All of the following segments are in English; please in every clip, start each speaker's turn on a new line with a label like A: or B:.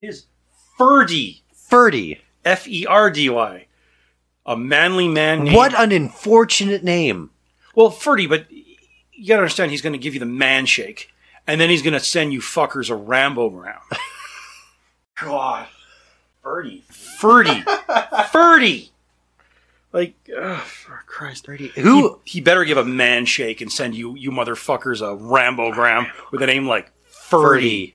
A: is Ferdy.
B: Ferdy.
A: F E R D Y. A manly man named.
B: What an unfortunate name.
A: Well, Ferdy, but you gotta understand he's gonna give you the man shake, and then he's gonna send you fuckers a Rambo round. God. Ferdy. Ferdy. Ferdy. Like, oh, for Christ.
B: Ferdy. Who?
A: He, he better give a man shake and send you, you motherfuckers, a Rambo gram with a name like Ferdy.
B: Ferdy.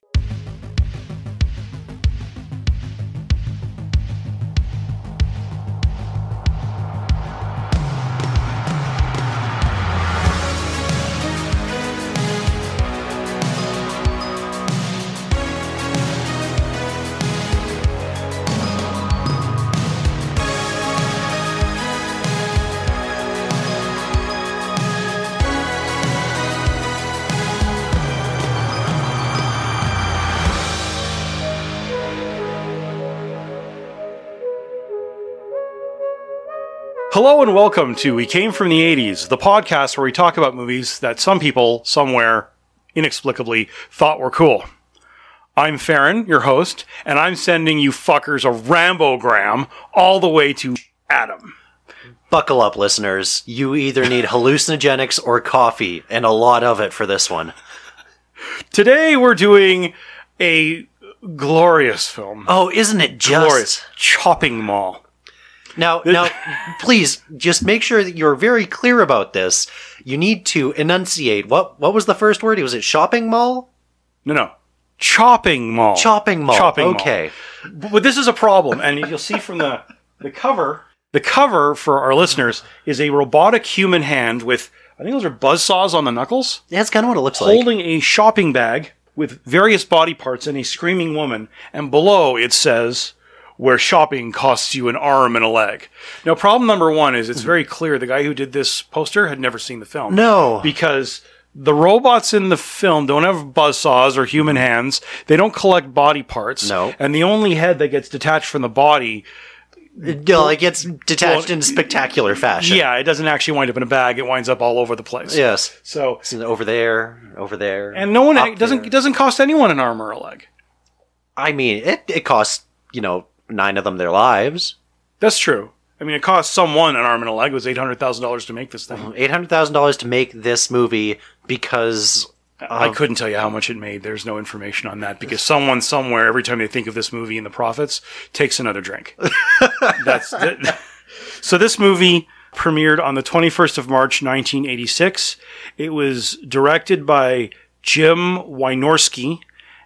A: Hello and welcome to We Came From the 80s, the podcast where we talk about movies that some people, somewhere, inexplicably, thought were cool. I'm Farron, your host, and I'm sending you fuckers a Rambogram all the way to Adam.
B: Buckle up, listeners. You either need hallucinogenics or coffee, and a lot of it for this one.
A: Today we're doing a glorious film.
B: Oh, isn't it just?
A: glorious. Chopping Mall.
B: Now, now, please just make sure that you're very clear about this. You need to enunciate what what was the first word? Was it shopping mall?
A: No, no. Chopping Mall.
B: Chopping mall.
A: Chopping mall.
B: okay.
A: But, but this is a problem, and you'll see from the the cover. The cover for our listeners is a robotic human hand with I think those are buzz saws on the knuckles,
B: That's kind of what it looks like.
A: holding a shopping bag with various body parts and a screaming woman. And below it says, "Where shopping costs you an arm and a leg." Now, problem number one is it's very clear the guy who did this poster had never seen the film.
B: No.
A: because. The robots in the film don't have buzz saws or human hands. They don't collect body parts.
B: No.
A: And the only head that gets detached from the body
B: No, like it's detached in spectacular fashion.
A: Yeah, it doesn't actually wind up in a bag. It winds up all over the place.
B: Yes.
A: So
B: It's over there, over there.
A: and no one
B: up
A: it doesn't
B: there.
A: it doesn't cost anyone an arm or a leg.
B: I mean, it it costs you know nine of them their lives.
A: That's true. I mean, it cost someone an arm and a leg. It was eight hundred thousand dollars to make this thing.
B: Eight hundred thousand dollars to make this movie because
A: I couldn't tell you how much it made. There's no information on that because someone somewhere, every time they think of this movie and the profits, takes another drink. That's that, so. This movie premiered on the 21st of March, 1986. It was directed by Jim Wynorski.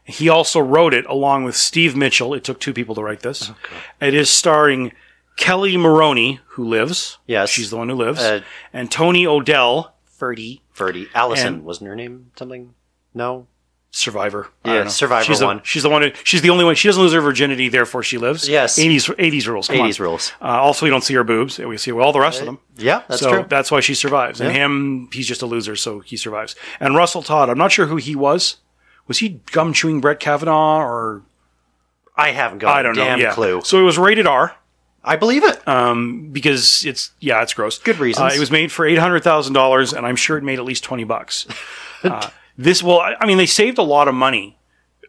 A: He also wrote it along with Steve Mitchell. It took two people to write this.
B: Oh,
A: It is starring Kelly Maroney, who lives.
B: Yes.
A: she's the one who lives,
B: Uh,
A: and Tony Odell, Ferdy,
B: Ferdy Allison
A: And-
B: wasn't her name something. No,
A: Survivor. I
B: Yeah,
A: don't know.
B: Survivor
A: she's the,
B: one.
A: She's the one. Who, she's the only one. She doesn't lose her virginity, therefore she lives.
B: Yes.
A: eighties eighties rules. Come on.
B: eighties rules.
A: Uh, also, we don't see her boobs. We see all the rest of them.
B: Yeah, that's
A: so
B: true.
A: that's why she survives. And
B: Yeah.
A: him, he's just a loser, so he survives. And Russell Todd, I'm not sure who he was. Was he gum chewing Brett Kavanaugh or
B: I haven't got
A: I don't
B: a damn
A: know? Yeah.
B: clue.
A: So it was rated R.
B: I believe it.
A: um, because it's yeah, it's gross.
B: Good reasons.
A: Uh, it was made for eight hundred thousand dollars, and I'm sure it made at least twenty bucks. Uh, this well, I I mean, they saved a lot of money.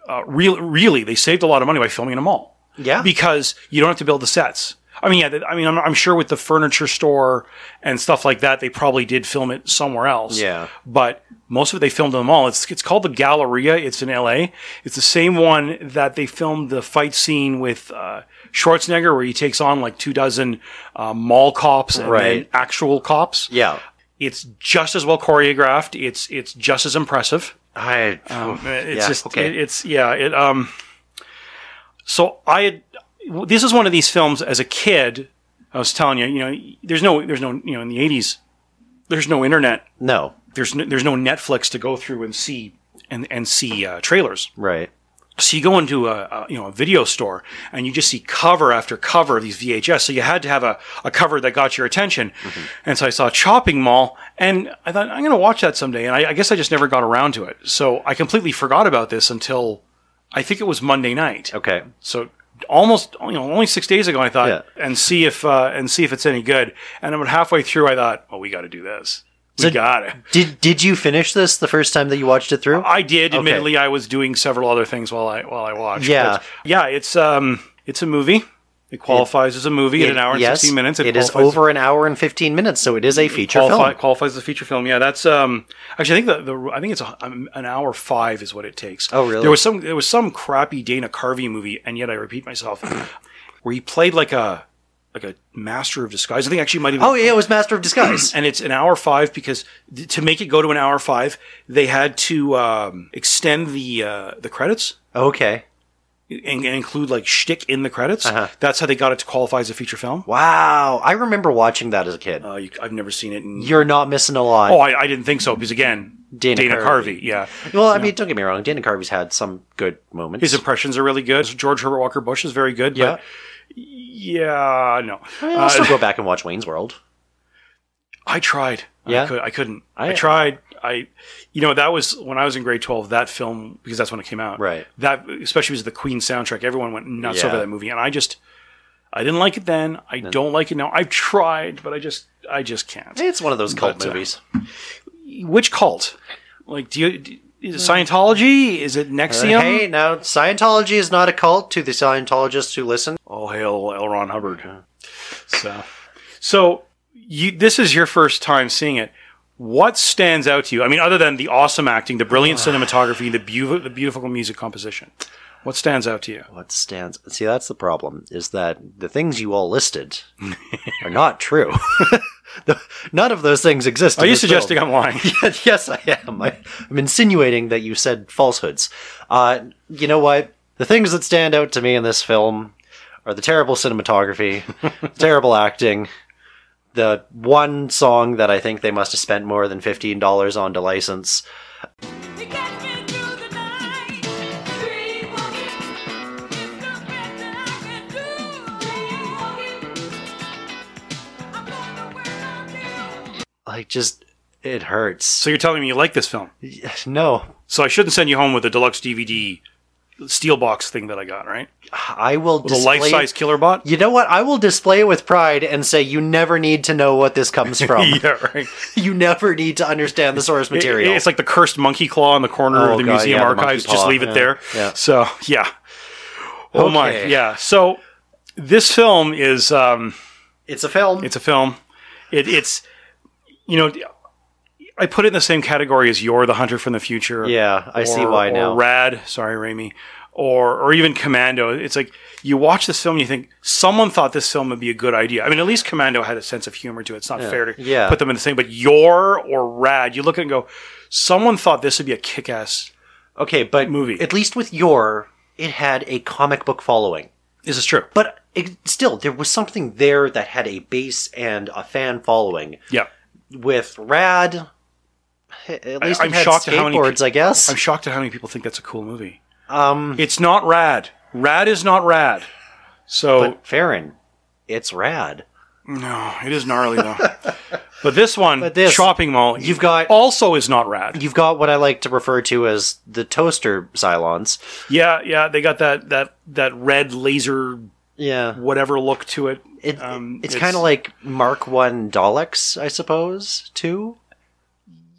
A: Uh, real, really, they saved a lot of money by filming in a mall
B: yeah,
A: because you don't have to build the sets. I mean, yeah, th- I mean, I'm, I'm sure with the furniture store and stuff like that, they probably did film it somewhere else.
B: Yeah.
A: But most of it they filmed in the mall. It's it's called the Galleria. It's in L.A. It's the same one that they filmed the fight scene with uh, Schwarzenegger, where he takes on like two dozen uh, mall cops and then
B: Right.
A: actual cops.
B: yeah.
A: It's just as well choreographed. It's it's just as impressive.
B: I
A: Um, it's
B: yeah,
A: just
B: okay.
A: it- it's yeah it um so i had this is one of these films as a kid i was telling you you know there's no there's no you know in the 80s there's no internet
B: no
A: there's no, there's no netflix to go through and see and and see uh, trailers
B: right.
A: so you go into a, a you know a video store and you just see cover after cover of these VHS. So you had to have a, a cover that got your attention.
B: Mm-hmm.
A: And so I saw Chopping Mall, and I thought I'm going to watch that someday. And I, I guess I just never got around to it. So I completely forgot about this until I think it was Monday night.
B: Okay,
A: So almost you know only six days ago I thought
B: Yeah.
A: and see if uh, and see if it's any good. And about halfway through I thought, well, we got to do this. We
B: So-
A: got it.
B: Did Did you finish this the first time that you watched it through?
A: I did. Admittedly, I was doing several other things while I while I watched.
B: Yeah.
A: but yeah. It's um, it's a movie. It qualifies as a movie at an hour and
B: yes,
A: sixteen minutes.
B: it is
A: qualifies-
B: over an hour and fifteen minutes, so it is a feature
A: qualify,
B: film.
A: qualifies as a feature film. Yeah, that's um. Actually, I think the, the I think it's a, um, an hour five is what it takes.
B: Oh, really?
A: There was some there was some crappy Dana Carvey movie, and yet I repeat myself, where he played like a like a master of disguise. I think actually it might even.
B: Oh yeah, it was Master of Disguise.
A: And it's an hour five because th- to make it go to an hour five, they had to um, extend the uh, the credits
B: okay.
A: and, and include like shtick in the credits.
B: Uh-huh.
A: That's how they got it to qualify as a feature film.
B: Wow, I remember watching that as a kid.
A: Uh, you, I've never seen it. In,
B: You're not missing a lot.
A: oh, I, I didn't think so because again,
B: Dana
A: Dana,
B: Carvey.
A: Carvey. Yeah,
B: well, I mean, don't get me wrong. Dana Carvey's had some good moments.
A: his impressions are really good. George Herbert Walker Bush is very good.
B: yeah.
A: but yeah, no, Uh,
B: I mean, I'll still go back and watch Wayne's World.
A: I tried.
B: Yeah?
A: I, could, I couldn't.
B: I-
A: I, tried. I, you know, that was when I was in grade twelve. That film because that's when it came out.
B: Right.
A: That especially was the Queen soundtrack. Everyone went nuts
B: Yeah.
A: over that movie, and I just, I didn't like it then. I don't like it now. I've tried, but I just, I just can't.
B: It's one of those cult
A: But, uh,
B: movies.
A: Which cult? Like, do you? do- Is it Scientology? Is it Nexium?
B: Hey, now Scientology is not a cult to the Scientologists who listen.
A: All Oh, hail L. Ron Hubbard. So, so you, this is your first time seeing it. What stands out to you? I mean, other than the awesome acting, the brilliant cinematography, the, beau- the beautiful music composition, what stands out to you?
B: What stands? See, that's the problem is that the things you all listed are not true. The- None of those things exist.
A: Are you suggesting I'm lying?
B: yes, I am. I, I'm insinuating that you said falsehoods. Uh, you know what? The things that stand out to me in this film are the terrible cinematography, terrible acting, the one song that I think they must have spent more than fifteen dollars on to license.
C: To get me through the night, dreamwalking is the best I can do. Dreamwalking, I'm gonna wear on you.
B: Like, just it hurts.
A: So you're telling me you like this film?
B: No,
A: So I shouldn't send you home with a deluxe DVD steel box thing that I got, right?
B: I will
A: With a
B: display.
A: life-size killer bot?
B: You know what? I will display it with pride and say you never need to know what this comes from.
A: Yeah, right.
B: You never need to understand the source
A: It-
B: material.
A: it's like the cursed monkey claw in the corner
B: Oh,
A: of the
B: God,
A: museum
B: yeah, the monkey
A: archives.
B: paw,
A: Just leave it
B: yeah,
A: there.
B: yeah.
A: So yeah. Oh my
B: Okay.
A: yeah. So this film is um,
B: it's a film.
A: it's a film. It, it's you know I put it in the same category as You're the Hunter from the Future.
B: Yeah, I see why
A: or
B: now.
A: Rad. Sorry, Raimi. Or, or even Commando. It's like you watch this film and you think someone thought this film would be a good idea. I mean, at least Commando had a sense of humor to it. It's not fair to
B: Yeah.
A: put them in the same, but Your or Rad, you look at it and go, someone thought this would be a kick ass.
B: okay, but
A: movie.
B: At least with your, it had a comic book following.
A: This is true.
B: But it, still, there was something there that had a base and a fan following.
A: Yeah.
B: With Rad, at least
A: I'm
B: it had
A: shocked at how many
B: skateboards, I guess.
A: I'm shocked at how many people think that's a cool movie.
B: um,
A: It's not Rad. Rad is not Rad. So
B: but Farron, it's Rad.
A: No, it is gnarly though. but this one,
B: this-
A: shopping mall,
B: You've got-
A: also is not rad.
B: You've got what I like to refer to as the toaster Cylons.
A: Yeah, yeah, they got that that that red laser
B: Yeah.
A: whatever look to it.
B: It,
A: Um,
B: it's,
A: it's-
B: kind of like Mark One Daleks, I suppose. Too.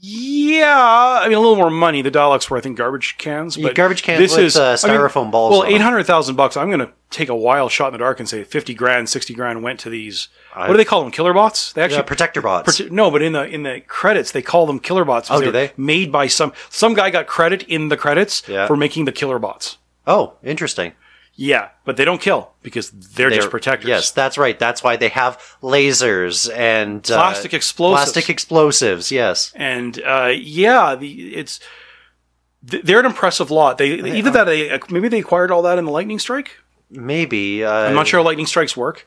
A: Yeah, I mean a little more money. The Daleks were, I think, garbage cans.
B: Yeah,
A: But
B: garbage cans with, uh, styrofoam balls
A: Well,
B: on 'em.
A: eight hundred thousand bucks. I'm going to take a wild shot in the dark and say fifty grand, sixty grand went to these. what do they call them? Killer bots? They actually
B: Yeah, Uh, protector bots.
A: Parti- No, but in the in the credits they call them killer bots.
B: Oh,
A: because
B: do
A: were
B: they?
A: Made by some some guy got credit in the credits
B: Yeah.
A: for making the killer bots.
B: oh, interesting.
A: Yeah, but they don't kill because they're, just
B: They're-
A: protectors.
B: Yes, that's right. That's why they have lasers and uh,
A: Plastic explosives.
B: Plastic explosives. Yes.
A: and uh, yeah, the, it's th- they're an impressive lot. They, either that they uh, maybe they acquired all that in the lightning strike.
B: Maybe. Uh,
A: I'm not sure how lightning strikes work.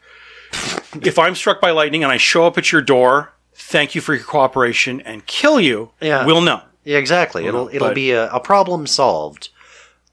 A: if I'm struck by lightning and I show up at your door, thank you for your cooperation and kill you.
B: Yeah.
A: we'll know.
B: Yeah, exactly. It'll it'll
A: but-
B: be a, a problem solved.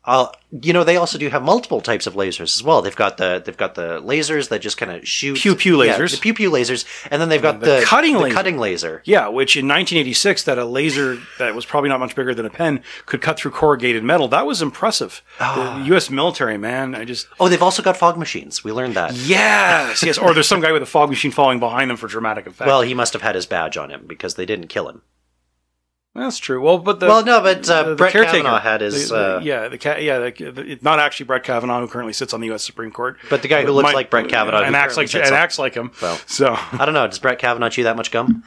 B: Uh, you know, they also do have multiple types of lasers as well. They've got the they've got the lasers that just kind of shoot
A: Pew pew
B: Yeah,
A: lasers.
B: the pew pew lasers, and then they've got the,
A: the cutting
B: the
A: laser.
B: cutting laser.
A: Yeah, which in 1986, that a laser that was probably not much bigger than a pen could cut through corrugated metal. That was impressive. The U.S. military, man. I just
B: Oh, they've also got fog machines. We learned that.
A: Yes, yes. Or there's some guy with a fog machine falling behind them for dramatic effect.
B: Well, he must have had his badge on him because they didn't kill him.
A: That's true. Well, but the,
B: well, no, but uh,
A: the- the
B: Brett
A: caretaker-
B: Kavanaugh had his.
A: the- the-
B: uh,
A: yeah, the ca- yeah, the, the, it's not actually Brett Kavanaugh who currently sits on the U.S. Supreme Court,
B: But the guy who looks like Brett Kavanaugh who
A: and acts like
B: currently sits
A: and
B: on-
A: acts like him.
B: Well.
A: so
B: I don't know. Does Brett Kavanaugh chew that much gum?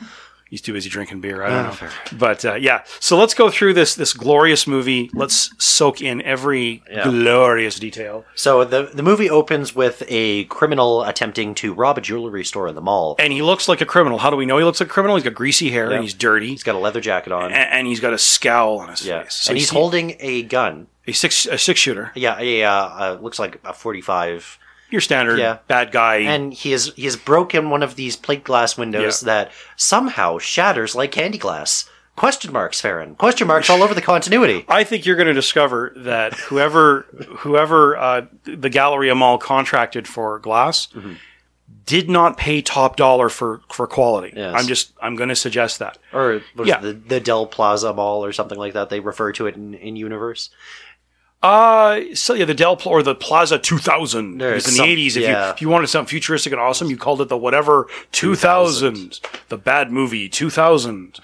A: he's too busy drinking beer. I don't know,
B: Oh, fair.
A: but uh, yeah. So let's go through this this glorious movie. Let's soak in every
B: Yeah.
A: glorious detail.
B: So the the movie opens with a criminal attempting to rob a jewelry store in the mall.
A: And he looks like a criminal. How do we know he looks like a criminal? He's got greasy hair
B: Yeah.
A: and he's dirty,
B: He's got a leather jacket on.
A: a- and he's got a scowl on his
B: yeah,
A: face. So
B: and
A: you
B: he's
A: see
B: holding a gun.
A: a six a six shooter.
B: Yeah, yeah, uh, looks like a forty-five.
A: Your standard
B: Yeah.
A: bad guy.
B: And he is he has broken one of these plate glass windows that somehow shatters like candy glass. Question marks, Farron. Question marks all over the continuity.
A: I think you're going to discover that whoever whoever uh, the Galleria Mall contracted for glass
B: Mm-hmm.
A: did not pay top dollar for for quality.
B: Yes.
A: I'm just I'm going to suggest that.
B: Or what is
A: Yeah.
B: it, the the Del Plaza Mall or something like that? They refer to it in, in universe.
A: Uh, so yeah, the Del Pl- or the Plaza 2000
B: There's
A: Because in
B: some-
A: the 80s. If
B: yeah.
A: you if you wanted something futuristic and awesome, you called it the whatever 2000, the bad movie 2000,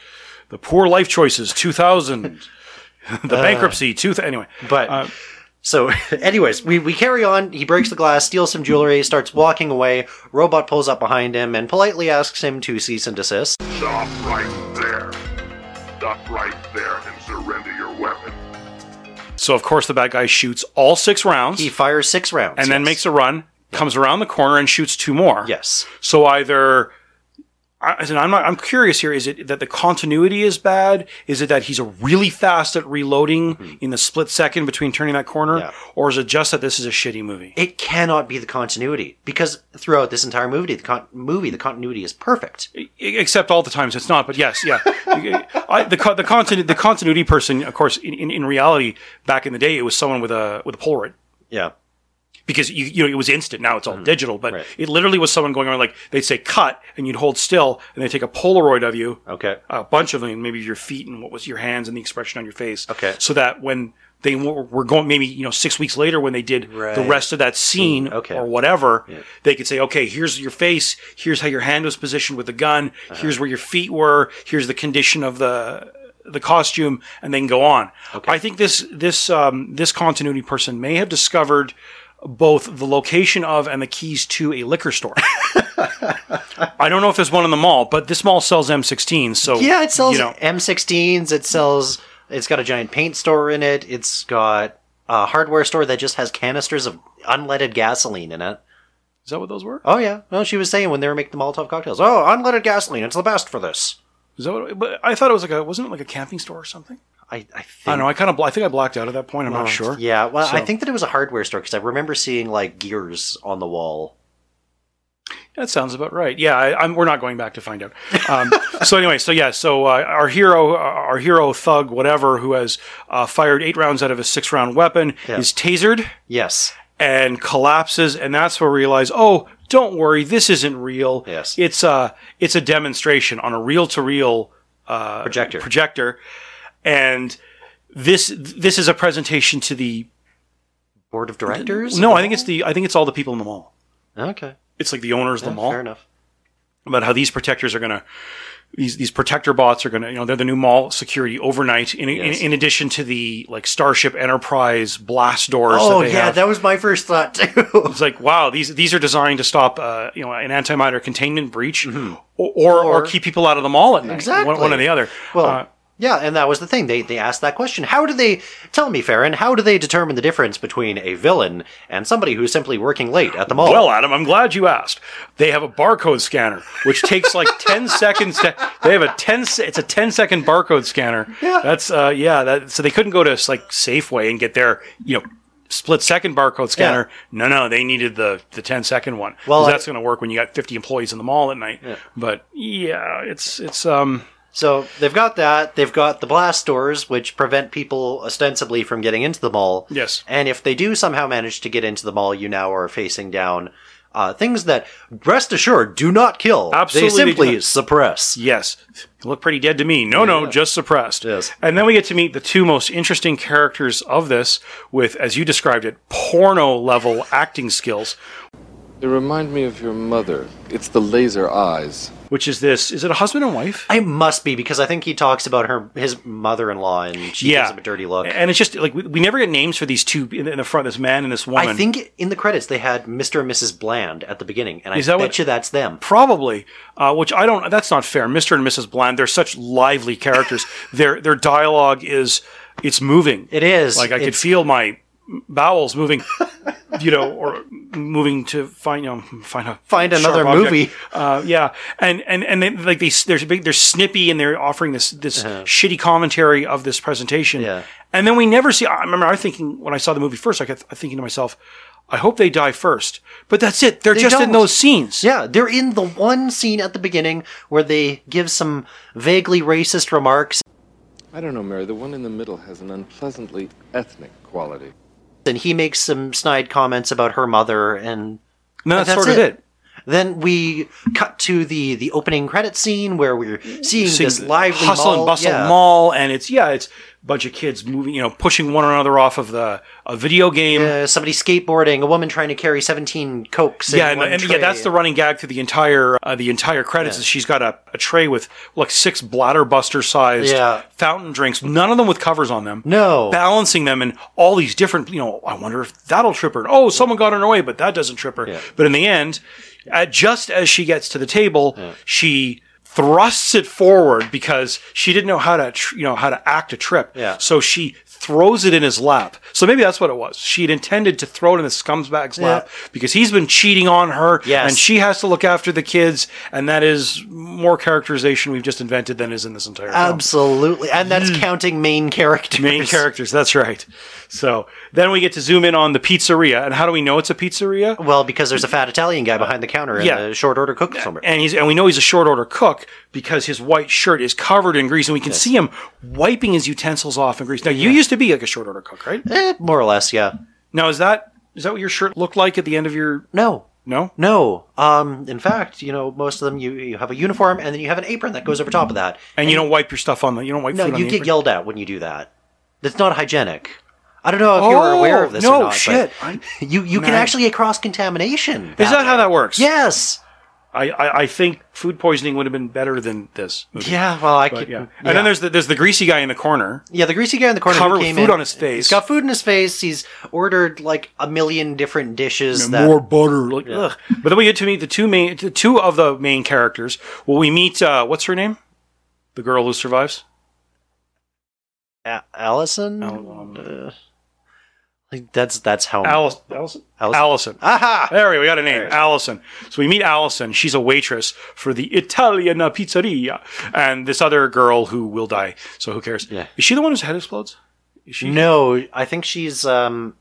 A: the poor life choices 2000,
B: Uh.
A: the bankruptcy 2000. Anyway,
B: But
A: Uh,
B: so, anyways, we, we carry on. He breaks the glass, steals some jewelry, starts walking away. Robot pulls up behind him and politely asks him to cease and desist.
D: Stop right there. Stop right there and surrender your weapon.
A: so of course the bad guy shoots all six rounds.
B: He fires six rounds
A: and then
B: yes.
A: makes a run, comes around the corner and shoots two more.
B: yes.
A: So either I, and I'm not. I'm curious here. Is it that the continuity is bad? Is it that he's really fast at reloading in the split second between turning that corner,
B: Hmm. Yeah.
A: or is it just that this is a shitty movie?
B: It cannot be the continuity because throughout this entire movie, the con- movie the continuity is perfect.
A: E- Except all the times it's not. But yes, yeah. I, the co- the continu- the continuity person, of course, in, in, in reality, back in the day, it was someone with a with a Polaroid.
B: Yeah.
A: because you, you know it was instant. Now it's all digital, but
B: Mm-hmm. Right.
A: it literally was someone going on like they'd say cut, and you'd hold still, and they take a Polaroid of you,
B: Okay.
A: a bunch of them, maybe your feet and what was your hands and the expression on your face,
B: Okay.
A: so that when they were were going, maybe you know six weeks later when they did the
B: Right. Mm,
A: rest of that scene
B: okay.
A: or whatever, they could say, okay, here's your face, here's how your hand was positioned with the gun,
B: Uh-huh.
A: here's where your feet were, here's the condition of the the costume, and then go on. I think this this um, this continuity person may have discovered both the location of and the keys to a liquor store. I don't know if there's one in the mall, but this mall sells M16, so
B: Yeah, it sells
A: You know,
B: M16s. It sells. It's got a giant paint store in it. It's got a hardware store that just has canisters of unleaded gasoline in it.
A: is that what those were?
B: Oh yeah, no, she was saying when they were making the Molotov cocktails. Oh, unleaded gasoline. It's the best for this.
A: Is that what? But I thought it was like a wasn't it like a camping store or something?
B: I, I think.
A: I don't know. I kind of bl- I think I blacked out at that point. I'm not sure.
B: Yeah, well, I
A: So-
B: think that it was a hardware store because I remember seeing like gears on the wall.
A: That sounds about right. Yeah, I, I'm, we're not going back to find out. Um, so anyway, so yeah, so uh, our hero, our hero thug, whatever, who has uh, fired eight rounds out of his six round weapon,
B: Yeah.
A: is tasered
B: Yes,
A: and collapses, and that's where we realize, oh, don't worry, this isn't real.
B: Yes.
A: it's a it's a demonstration on a reel to reel
B: projector.
A: projector, and this this is a presentation to the
B: Board of directors.
A: no, I think it's the I think it's all the people in the mall.
B: Okay.
A: It's like the owners of the
B: Yeah,
A: mall.
B: Fair enough.
A: about how these protectors are going to these these protector bots are going to you know they're the new mall security overnight in
B: Yes.
A: in, in addition to the like Starship Enterprise blast doors.
B: Oh
A: that they
B: yeah,
A: have.
B: that was my first thought too.
A: it's like wow these these are designed to stop uh, you know an antimatter containment breach or, or or
B: Mm-hmm. Or-
A: keep people out of the mall at night.
B: Exactly.
A: One, one or the other.
B: Well,
A: Uh,
B: yeah, and that was the thing. They they asked that question. How do they tell me, Farron? How do they determine the difference between a villain and somebody who's simply working late at the mall?
A: Well, Adam, I'm glad you asked. They have a barcode scanner, which takes like 10 seconds. To, they have a 10. se- It's a 10 second barcode scanner.
B: Yeah.
A: That's uh, yeah. That so they couldn't go to like Safeway and get their you know split second barcode scanner. No, no, they needed the the 10 second one.
B: Well,
A: 'Cause
B: I-
A: that's going to work when you got 50 employees in the mall at night. But yeah, it's it's um.
B: so they've got that. They've got the blast doors, which prevent people ostensibly from getting into the mall.
A: Yes.
B: And if they do somehow manage to get into the mall, you now are facing down uh, things that, rest assured, do not kill.
A: Absolutely
B: they
A: they do
B: simply
A: not.
B: suppress.
A: Yes. You look pretty dead to me. No, no, just suppressed.
B: Yes.
A: And then we get to meet the two most interesting characters of this with, as you described it, porno level acting skills.
E: They remind me of your mother. It's the laser eyes.
A: which is this. Is it a husband and wife?
B: I must be because I think he talks about her his mother-in-law and she gives him a dirty look.
A: And it's just like we, we never get names for these two in, in the front, this man and this woman.
B: I think in the credits they had Mr. and Mrs. Bland at the beginning, and I
A: Is that
B: bet
A: what-
B: you that's them.
A: Probably, uh, which I don't. That's not fair. Mister and Mrs. Bland, they're such lively characters. their their dialogue is it's moving.
B: It is
A: like I could
B: It's-
A: feel my bowels moving, you know, or moving to find you know find a
B: Find
A: sharp
B: another
A: object.
B: movie.
A: Uh, yeah, and and and they, like they they're big, they're snippy and they're offering this this shitty commentary of this presentation.
B: Uh-huh. Yeah.
A: and then we never see. I remember I was thinking when I saw the movie first, I kept thinking to myself. I hope they die first, but that's it. They're just in
B: don't.
A: those scenes.
B: Yeah, they're in the one scene at the beginning where they give some vaguely racist remarks,
E: I don't know, Mary. The one in the middle has an unpleasantly ethnic quality.
B: and he makes some snide comments about her mother, and
A: And that's,
B: that's
A: sort of
B: it.
A: it.
B: Then we cut to the the opening credit scene where we're seeing
A: Seeing
B: this lively
A: hustle
B: mall-
A: and bustle
B: yeah.
A: mall, and it's yeah, it's a bunch of kids moving, you know, pushing one another off of the a video game.
B: Uh, somebody skateboarding, a woman trying to carry seventeen cokes. in
A: yeah, and,
B: one
A: and yeah,
B: tray.
A: that's the running gag through the entire uh, the entire credits. Is she's got a, a tray with like six bladder buster sized
B: Yeah.
A: fountain drinks, none of them with covers on them.
B: No.
A: balancing them and all these different. You know, I wonder if that'll trip her. And, oh, someone got in her way, but that doesn't trip her. But in the end, at, just as she gets to the table, she thrusts it forward because she didn't know how to tr- you know how to act a trip.
B: Yeah.
A: So she throws it in his lap. So maybe that's what it was. She had intended to throw it in the scumbag's lap because he's been cheating on her
B: Yes.
A: and she has to look after the kids and that is more characterization we've just invented than is in this entire film.
B: Absolutely, and that's counting main characters.
A: Mm. Main characters, that's right. So then we get to zoom in on the pizzeria and how do we know it's a pizzeria?
B: Well, because there's a fat Italian guy behind the counter and
A: Yeah.
B: a short order cook somewhere.
A: and he's and we know he's a short order cook because his white shirt is covered in grease and we can see him wiping his utensils off in grease. Now you used to be like a short order cook, right?
B: Eh, more or less, yeah.
A: Now is that is that what your shirt looked like at the end of your
B: No.
A: no?
B: No. Um, in fact, you know, most of them you, you have a uniform and then you have an apron that goes over top of that.
A: And you don't wipe your stuff on the you don't wipe
B: No,
A: food on
B: you
A: the
B: get
A: apron?
B: yelled at when you do that. That's not hygienic. I don't know if you were aware of this
A: Oh, no
B: or not. but
A: shit! I,
B: You you can
A: Man.
B: actually get cross contamination.
A: Is that how that works?
B: Yes.
A: I, I, I think food poisoning would have been better than this. Movie.
B: Yeah, well I
A: But
B: could
A: yeah.
B: yeah.
A: And then there's the, there's the greasy guy in the corner.
B: Yeah, the greasy guy in the corner
A: Covered
B: who
A: with
B: came
A: food
B: in,
A: on his face.
B: He's got food in his face. He's ordered like a million different dishes that
A: More butter, like ugh. But then we get to meet the two main, the two of the main characters. Well, we meet uh, what's her name? The girl who survives.
B: A- Allison. Uh, like, that's that's how
A: Alice, Allison.
B: Allison?
A: Allison.
B: Aha!
A: There we, go, we got a name, Allison. So we meet Allison. She's a waitress for the Italiana Pizzeria, and this other girl who will die. So who cares?
B: Yeah.
A: Is she the one whose head explodes? Is she?
B: No, I think she's. Um,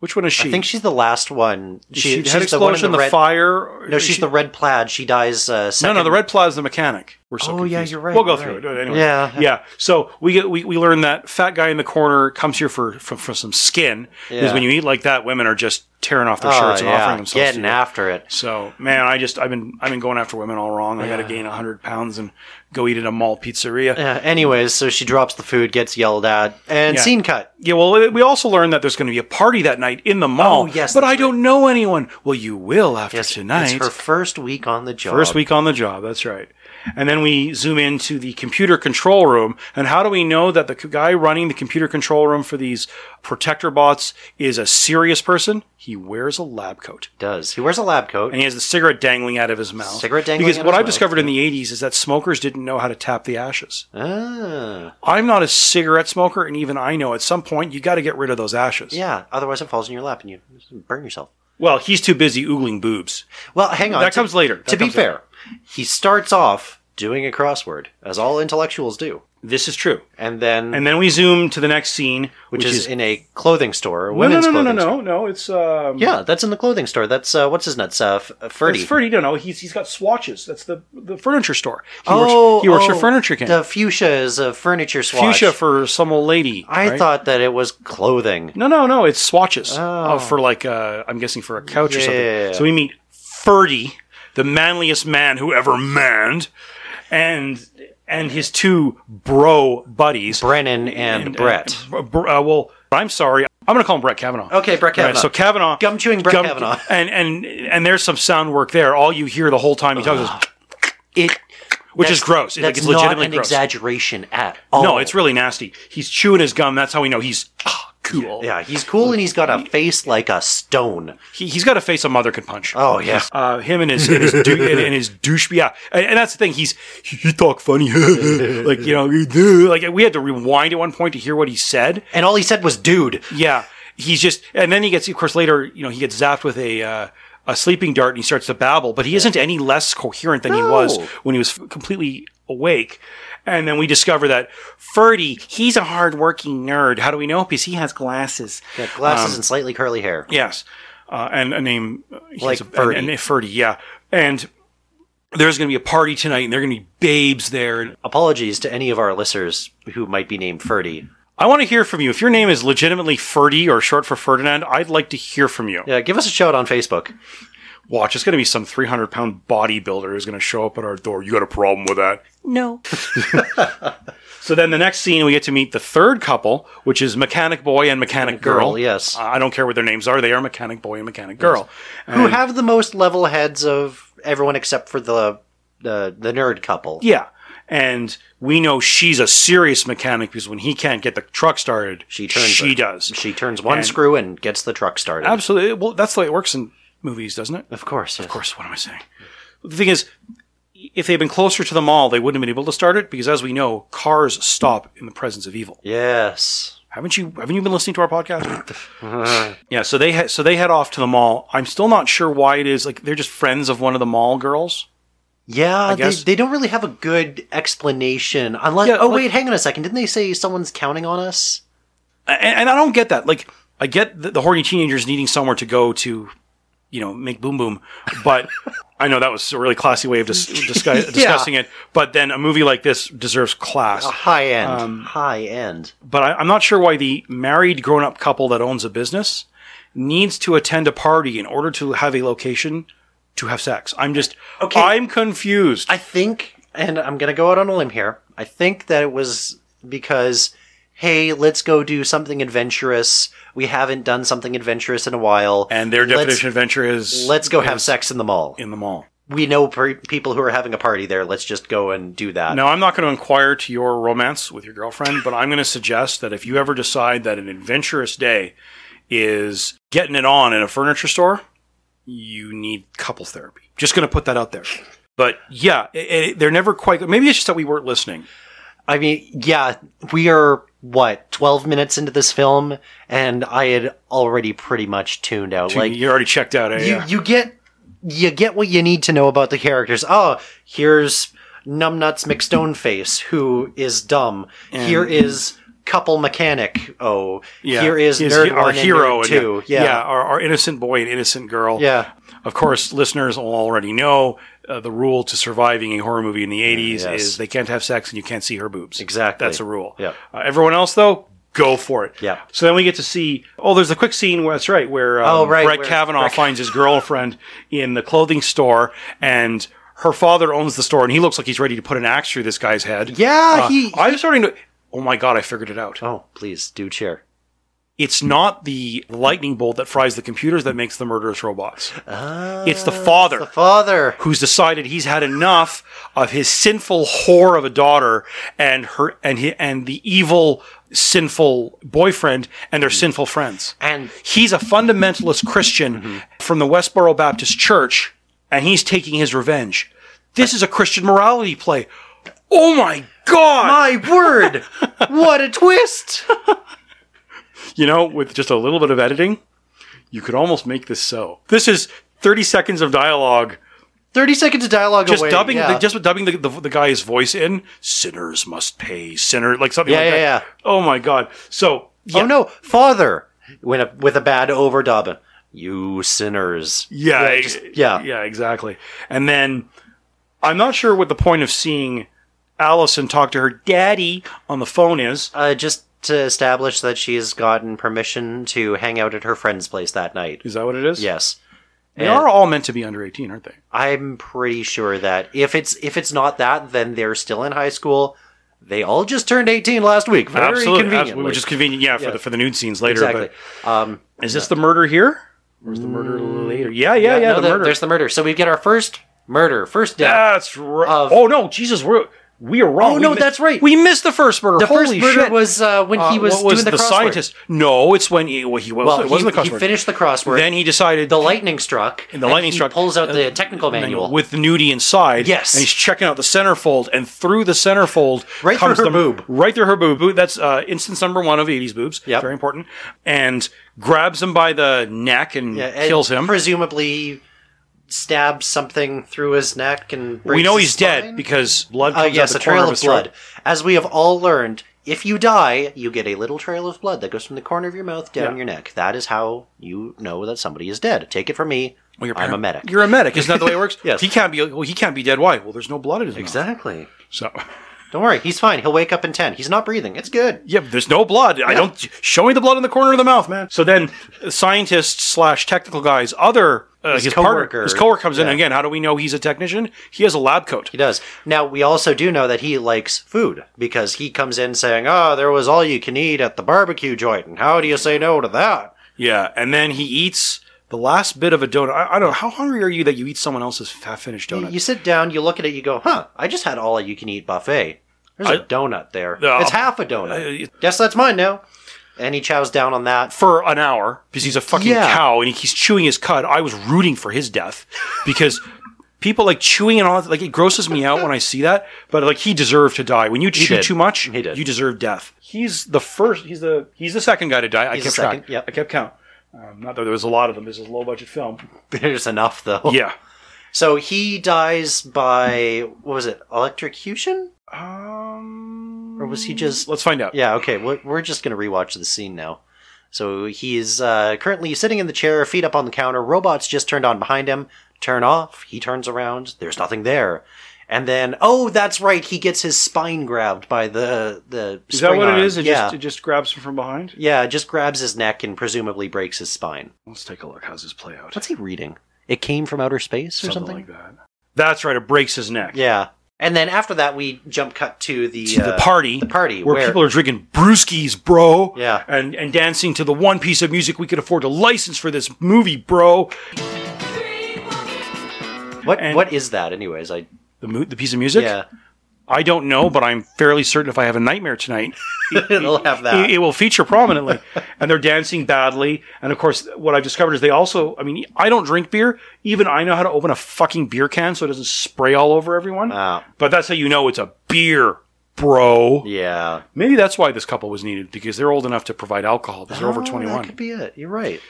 A: Which one is she?
B: I think she's the last one.
A: Is
B: She,
A: she the
B: she's
A: head
B: the one in
A: explosion, the,
B: red,
A: fire. or
B: No,
A: is
B: she's
A: she-
B: the red plaid. She dies. Uh,
A: No,
B: second.
A: no, the red plaid is the mechanic. We're so
B: Oh, yeah,
A: confused.
B: you're right,
A: We'll go
B: you're
A: through
B: right.
A: it anyway.
B: Yeah.
A: yeah. So we get we, we learn that fat guy in the corner comes here for for, for some skin
B: Yeah.
A: because when you eat like that, women are just tearing off their
B: Oh,
A: shirts and
B: yeah,
A: offering themselves.
B: getting
A: to you.
B: after it.
A: So man, I just I've been I've been going after women all wrong. I got to gain hundred pounds and go eat at a mall pizzeria.
B: Uh, anyways, so she drops the food, gets yelled at, and
A: Yeah.
B: scene cut.
A: Yeah, well, we also learned that there's going to be a party that night in the mall.
B: Oh, yes,
A: but
B: that's
A: I don't know anyone. Well, you will after
B: Yes,
A: tonight.
B: It's her first week on the job.
A: First week on the job, that's right. And then we zoom into the computer control room. And how do we know that the c- guy running the computer control room for these protector bots is a serious person? He wears a lab coat
B: does he wears a lab coat?
A: and he has the cigarette dangling out of his mouth.
B: Cigarette dangling
A: Because
B: out of
A: what
B: his
A: I've
B: mouth,
A: discovered in the 80s is that smokers didn't know how to tap the ashes.
B: ah,
A: I'm not a cigarette smoker, and even I know at some point you got to get rid of those ashes.
B: yeah. Otherwise, it falls in your lap and you burn yourself.
A: Well, he's too busy oogling boobs.
B: Well, hang on.
A: That
B: To-
A: comes later. That
B: to be
A: comes
B: fair,
A: later.
B: he starts off doing a crossword, as all intellectuals do,
A: This is true.
B: and then
A: And then we zoom to the next scene,
B: which, is, in a clothing store, a
A: no, no,
B: women's
A: no, no, no,
B: clothing store.
A: no, no. It's um,
B: Yeah, that's in the clothing store. That's uh, what's his nuts? Uh, F- uh, Ferdy.
A: It's Ferdy. No, no, he's he's got swatches. That's the the furniture store. He
B: Oh,
A: works, he works for
B: oh,
A: Furniture King.
B: The fuchsia is a furniture swatch.
A: Fuchsia for some old lady.
B: I
A: right?
B: thought that it was clothing.
A: No, no, no. It's swatches
B: Oh.
A: uh, for like uh, I'm guessing for a couch or
B: Yeah.
A: something. So we meet Ferdy, the manliest man who ever manned, and and his two bro buddies,
B: Brennan and, Brett.
A: Br- br- uh, well, I'm sorry. I'm going to call him Brett Kavanaugh.
B: Okay, Brett
A: Right,
B: Kavanaugh.
A: so Kavanaugh,
B: Gum chewing Brett Kavanaugh.
A: and and and there's some sound work there. All you hear the whole time he talks
B: Ah.
A: is,
B: it,
A: which
B: that's-
A: is gross. It- like,
B: That's
A: it's legitimately
B: not an
A: gross.
B: exaggeration at all.
A: No, it's really nasty. He's chewing his gum. That's how we know he's ah, cool.
B: yeah. He's cool and he's got a face like a stone.
A: He, he's got a face a mother could punch.
B: Oh yes.
A: Uh, him and his and his, dou- and, and his douche. Yeah, and, and that's the thing. He's he talk funny, like you know, you do. like we had to rewind at one point to hear what he said.
B: And all he said was "dude."
A: Yeah, he's just, and then he gets, of course, later, you know, he gets zapped with a uh, a sleeping dart and he starts to babble, but he isn't any less coherent than he was
B: No.
A: when he was completely awake. And then we discover that Ferdy, he's a hardworking nerd. How do we know? Because he has glasses.
B: Yeah, glasses and slightly curly hair.
A: Yes, uh, and a name he's
B: Like
A: a, and-
B: Ferdy.
A: and, Ferdy, yeah, and. There's going to be a party tonight, and there are going to be babes there. And
B: Apologies to any of our listeners who might be named Ferdy.
A: I want to hear from you. If your name is legitimately Ferdy or short for Ferdinand, I'd like to hear from you.
B: Yeah, give us a shout on Facebook.
A: watch. It's going to be some 300 pound bodybuilder who's going to show up at our door. You got a problem with that? No. so then the next scene, we get to meet the third couple, which is Mechanic Boy and Mechanic Girl.
B: Girl, yes.
A: Uh, I don't care what their names are. They are Mechanic Boy and Mechanic Girl.
B: who have the most level heads of everyone except for the the, the nerd couple.
A: Yeah. And we know she's a serious mechanic because when he can't get the truck started,
B: She turns
A: She
B: it.
A: does.
B: She turns one
A: And-
B: screw and gets the truck started.
A: Absolutely. Well, that's the way it works in movies, doesn't it?
B: of course. Of
A: Of course, what am I saying? The thing is, if they'd been closer to the mall, they wouldn't have been able to start it because, as we know, cars stop in the presence of evil.
B: Yes.
A: Haven't you? Haven't you been listening to our podcast? yeah. So they he- so they head off to the mall. I'm still not sure why it is. Like they're just friends of one of the mall girls.
B: Yeah, they,
A: guess.
B: they don't really have a good explanation. Unless,
A: Yeah,
B: oh
A: like-
B: wait, hang on a second. Didn't they say someone's counting on us?
A: A- And, and I don't get that. Like I get the, the horny teenagers needing somewhere to go to, you know, make boom boom, but. I know that was a really classy way of dis- discuss- discussing it, but then a movie like this deserves class.
B: High end,
A: Um,
B: high end.
A: but I, I'm not sure why the married grown up couple that owns a business needs to attend a party in order to have a location to have sex. I'm just,
B: Okay.
A: I'm confused.
B: I think, and I'm gonna go out on a limb here. I think that it was because, hey, let's go do something adventurous. We haven't done something adventurous in a while,
A: and their
B: Let's-
A: definition of adventure is
B: Let's go have sex in the mall.
A: in the mall.
B: We know per- people who are having a party there. Let's just go and do that.
A: Now, I'm not going to inquire to your romance with your girlfriend, but I'm going to suggest that if you ever decide that an adventurous day is getting it on in a furniture store, you need couple therapy. Just going to put that out there. But yeah, it, it, they're never quite. Maybe it's just that we weren't listening.
B: I mean, yeah, we are what twelve minutes into this film, and I had already pretty much tuned out.
A: Like
B: like
A: you already checked out. Eh?
B: you,
A: Yeah.
B: you get you get what you need to know about the characters. Oh, here's Numbnuts McStoneface, who is dumb. Here is couple mechanic. Oh, here is
A: He's
B: nerd
A: our
B: one
A: hero
B: and nerd
A: and-
B: two. Yeah. yeah.
A: our, our innocent boy and innocent girl.
B: Yeah.
A: Of course, listeners will already know uh, the rule to surviving a horror movie in the 80s
B: yes.
A: is they can't have sex and you can't see her boobs.
B: Exactly.
A: That's a rule.
B: Yeah.
A: Uh, everyone else, though, go for it.
B: Yeah.
A: So then we get to see, oh, there's a quick scene where, that's right, where um,
B: Oh, right,
A: Brett
B: where-
A: Kavanaugh
B: Brett-
A: finds his girlfriend in the clothing store and her father owns the store and he looks like he's ready to put an axe through this guy's head. Uh,
B: he.
A: I'm starting to. Oh my God, I figured it out
B: oh, please do cheer.
A: it's not the lightning bolt that fries the computers that makes the murderous robots. it's the father
B: The father.
A: who's decided he's had enough of his sinful whore of a daughter and her and he, and the evil sinful boyfriend and their sinful friends.
B: And
A: He's a fundamentalist Christian from the Westboro Baptist Church and he's taking his revenge. This is a Christian morality play. Oh my god.
B: my word, what a twist!
A: you know, with just a little bit of editing, you could almost make this so. This is 30 seconds of dialogue,
B: Thirty seconds of dialogue
A: just
B: away.
A: dubbing,
B: yeah.
A: the, just dubbing the, the, the guy's voice in. Sinners must pay, sinner, like something
B: Yeah,
A: like
B: yeah,
A: that.
B: yeah.
A: Oh my god! So, um, yeah,
B: Oh no, father! When a, with a bad overdub. You sinners.
A: yeah,
B: Yeah,
A: e-
B: just- yeah.
A: yeah, exactly. And then I'm not sure what the point of seeing Allison talk to her daddy on the phone is.
B: Uh, just to establish that she's gotten permission to hang out at her friend's place that night.
A: Is that what it is?
B: Yes.
A: they
B: And
A: are all meant to be under 18, aren't they?
B: I'm pretty sure that if it's if it's not that, then they're still in high school They all just turned 18 last week. Very
A: absolutely,
B: conveniently.
A: absolutely, which is convenient. Yeah, for
B: Yeah.
A: the for the nude scenes later.
B: exactly. Um,
A: But is this the murder here? Or is the murder later? Yeah, yeah, yeah.
B: no,
A: the,
B: the-
A: murder.
B: There's the murder. So we get our first murder, first death.
A: That's right.
B: Of-
A: oh no, Jesus, we're we are wrong.
B: Oh,
A: We
B: no,
A: mi-
B: that's right.
A: We missed the first murder.
B: the first
A: Holy
B: murder
A: shit.
B: was uh, when he
A: Uh,
B: was,
A: what was
B: doing the,
A: the
B: crossword.
A: scientist. No, it's when he, well, he was,
B: Well,
A: it wasn't
B: he,
A: the
B: he
A: crossword.
B: finished the crossword.
A: Then he decided
B: the lightning struck.
A: the lightning
B: he
A: struck.
B: Pulls out the
A: uh,
B: technical manual.
A: with the nudie inside.
B: Yes.
A: and he's checking out the centerfold, and through the centerfold
B: Right through
A: comes
B: her
A: the
B: boob.
A: Right through her boob. Boob- That's uh, instance number one of '80s boobs.
B: Yep.
A: very important. And grabs him by the neck and
B: Yeah, and
A: kills him.
B: Presumably stabs something through his neck and breaks
A: We know
B: his
A: he's dead
B: spine?
A: because blood.
B: Uh,
A: Comes
B: yes,
A: out
B: a
A: the corner
B: trail
A: of
B: of
A: his throat.
B: blood. As we have all learned, if you die, you get a little trail of blood that goes from the corner of your mouth down
A: Yeah.
B: your neck. That is how you know that somebody is dead. Take it from me.
A: Well, your
B: I'm a
A: parent-
B: medic.
A: You're a medic. Isn't that the way it works?
B: Yes.
A: He can't be. Well, he can't be dead. Why? Well, there's no blood in his mouth.
B: exactly.
A: So,
B: Don't worry, he's fine. He'll wake up in ten. He's not breathing. It's good.
A: yeah, there's no blood. I don't show me the blood in the corner of the mouth, man. So then, scientist slash technical guy's other uh, his,
B: coworker.
A: partner, his coworker comes in
B: Yeah.
A: again. How do we know he's a technician? He has a lab coat.
B: He does. Now we also do know that he likes food because he comes in saying, "Oh, there was all you can eat at the barbecue joint, and how do you say no to that?"
A: Yeah, and then he eats the last bit of a donut. I, I don't know how hungry are you that you eat someone else's half finished
B: You-
A: donut.
B: You sit down, you look at it, you go, huh, I just had all you can eat buffet. There's a
A: I-
B: donut there.
A: Uh,
B: it's half a donut. Guess that's mine now. And he chows down on that.
A: for an hour because he's a fucking
B: Yeah.
A: cow and he's chewing his cud. I was rooting for his death because people like chewing and all that. Like it grosses me out when I see that. But like he deserved to die. When you chew
B: did.
A: too much,
B: He did.
A: you deserve death. He's the first. He's the he's the second guy to die. I kept
B: He's the second,
A: track.
B: yep.
A: I kept count. Um, not that there was a lot of them. This is a low budget film.
B: There's enough, though.
A: Yeah.
B: So he dies by, what was it, electrocution?
A: Um,
B: Or was he just.
A: let's find out.
B: Yeah, okay. We're, we're just going to rewatch the scene now. So he's uh, currently sitting in the chair, feet up on the counter. Robots just turned on behind him. Turn off. He turns around. There's nothing there. And then, oh, that's right. He gets his spine grabbed by the the.
A: Is that
B: spring
A: what
B: arm.
A: it is? It
B: yeah,
A: just it just grabs him from behind.
B: yeah. Just grabs his neck and presumably breaks his spine.
A: Let's take a look. How's this play out?
B: What's he reading? It came from outer space or something.
A: like that. That's right. It breaks his neck.
B: Yeah. And then after that, we jump cut to the
A: to the
B: uh,
A: party,
B: the party
A: where, people are drinking brewskis, bro.
B: Yeah.
A: and and dancing to the one piece of music we could afford to license for this movie, bro.
B: what
A: and-
B: what is that? Anyways, I
A: The mo- the piece of music.
B: yeah,
A: I don't know, but I'm fairly certain if I have a nightmare tonight,
B: they'll have
A: it,
B: that.
A: it will feature prominently. and they're dancing badly. And of course, what I've discovered is they also. I mean, I don't drink beer. Even I know how to open a fucking beer can so it doesn't spray all over everyone.
B: Wow.
A: But that's how you know it's a beer. Bro,
B: Yeah.
A: maybe that's why this couple was needed because they're old enough to provide alcohol because they're
B: Oh,
A: over twenty-one.
B: That could be it. You're right.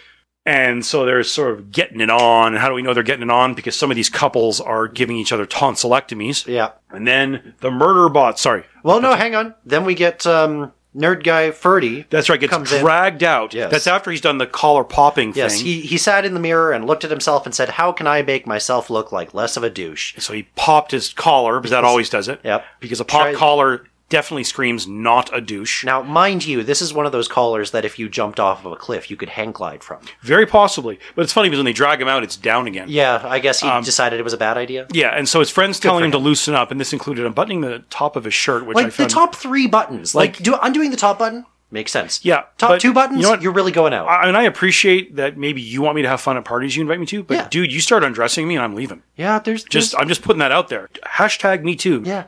A: And so they're sort of getting it on. And how do we know they're getting it on? Because some of these couples are giving each other tonsillectomies.
B: Yeah.
A: And then the murder bot, sorry,
B: Well, no, hang on. Then we get um, nerd guy Ferdy.
A: that's right, gets
B: Comes in.
A: dragged out.
B: Yes.
A: That's after he's done the collar popping
B: Yes,
A: thing.
B: he, he sat in the mirror and looked at himself and said, "How can I make myself look like less of a douche?"
A: so he popped his collar because that always does it.
B: Yep.
A: Because a pop
B: Try-
A: collar definitely screams not a douche.
B: Now, mind you, this is one of those collars that if you jumped off of a cliff, you could hang glide from.
A: Very possibly. But it's funny because when they drag him out, it's down again.
B: Yeah, I guess he decided it was a bad idea.
A: um, Yeah, and so his friends telling
B: for
A: him to loosen up, and this included unbuttoning the top of his shirt, which I
B: Like the
A: found
B: top three buttons. Like,
A: Like-
B: do undoing the top button makes sense.
A: Yeah,
B: top
A: but
B: two buttons.
A: you
B: You
A: know what? Uh,
B: are really going out.
A: I, and I appreciate that maybe you want me to have fun at parties you invite me to, but
B: Yeah.
A: dude, you start undressing me and I'm leaving.
B: yeah, there's
A: Just
B: there's-
A: I'm just putting that out there. Hashtag me too.
B: yeah.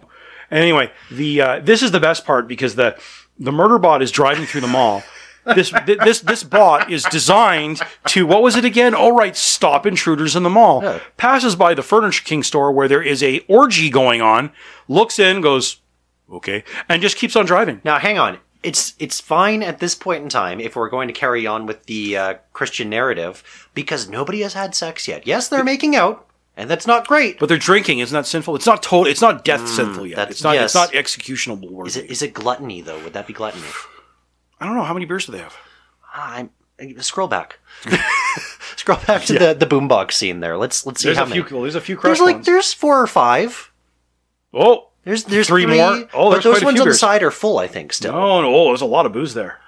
A: Anyway, the uh, this is the best part because the the murder bot is driving through the mall. this th- this this bot is designed to what was it again? All right, stop intruders in the mall.
B: Yeah.
A: Passes by the Furniture King store where there is a orgy going on. Looks in, goes okay, and just keeps on driving.
B: Now, hang on. It's it's fine at this point in time if we're going to carry on with the uh, Christian narrative because nobody has had sex yet. Yes, they're making out, and that's not great.
A: But they're drinking. Isn't that sinful? It's not total. It's not death sinful yet.
B: Mm, that's-
A: It's not. It's
B: yes.
A: not executionable. Worthy.
B: Is it is it gluttony though? Would that be gluttony?
A: I don't know how many beers do they have.
B: Ah, I'm uh, scroll back. scroll back to the the boombox scene there. Let's let's see
A: There's
B: how
A: a
B: many.
A: few. There's a few crush
B: there's like
A: ones.
B: there's four or five.
A: oh,
B: There's there's
A: Three
B: three,
A: more? Oh,
B: but
A: there's
B: those
A: quite a
B: ones
A: few
B: on the
A: beers.
B: side are full, I think, still.
A: oh no! Oh, there's a lot of booze there.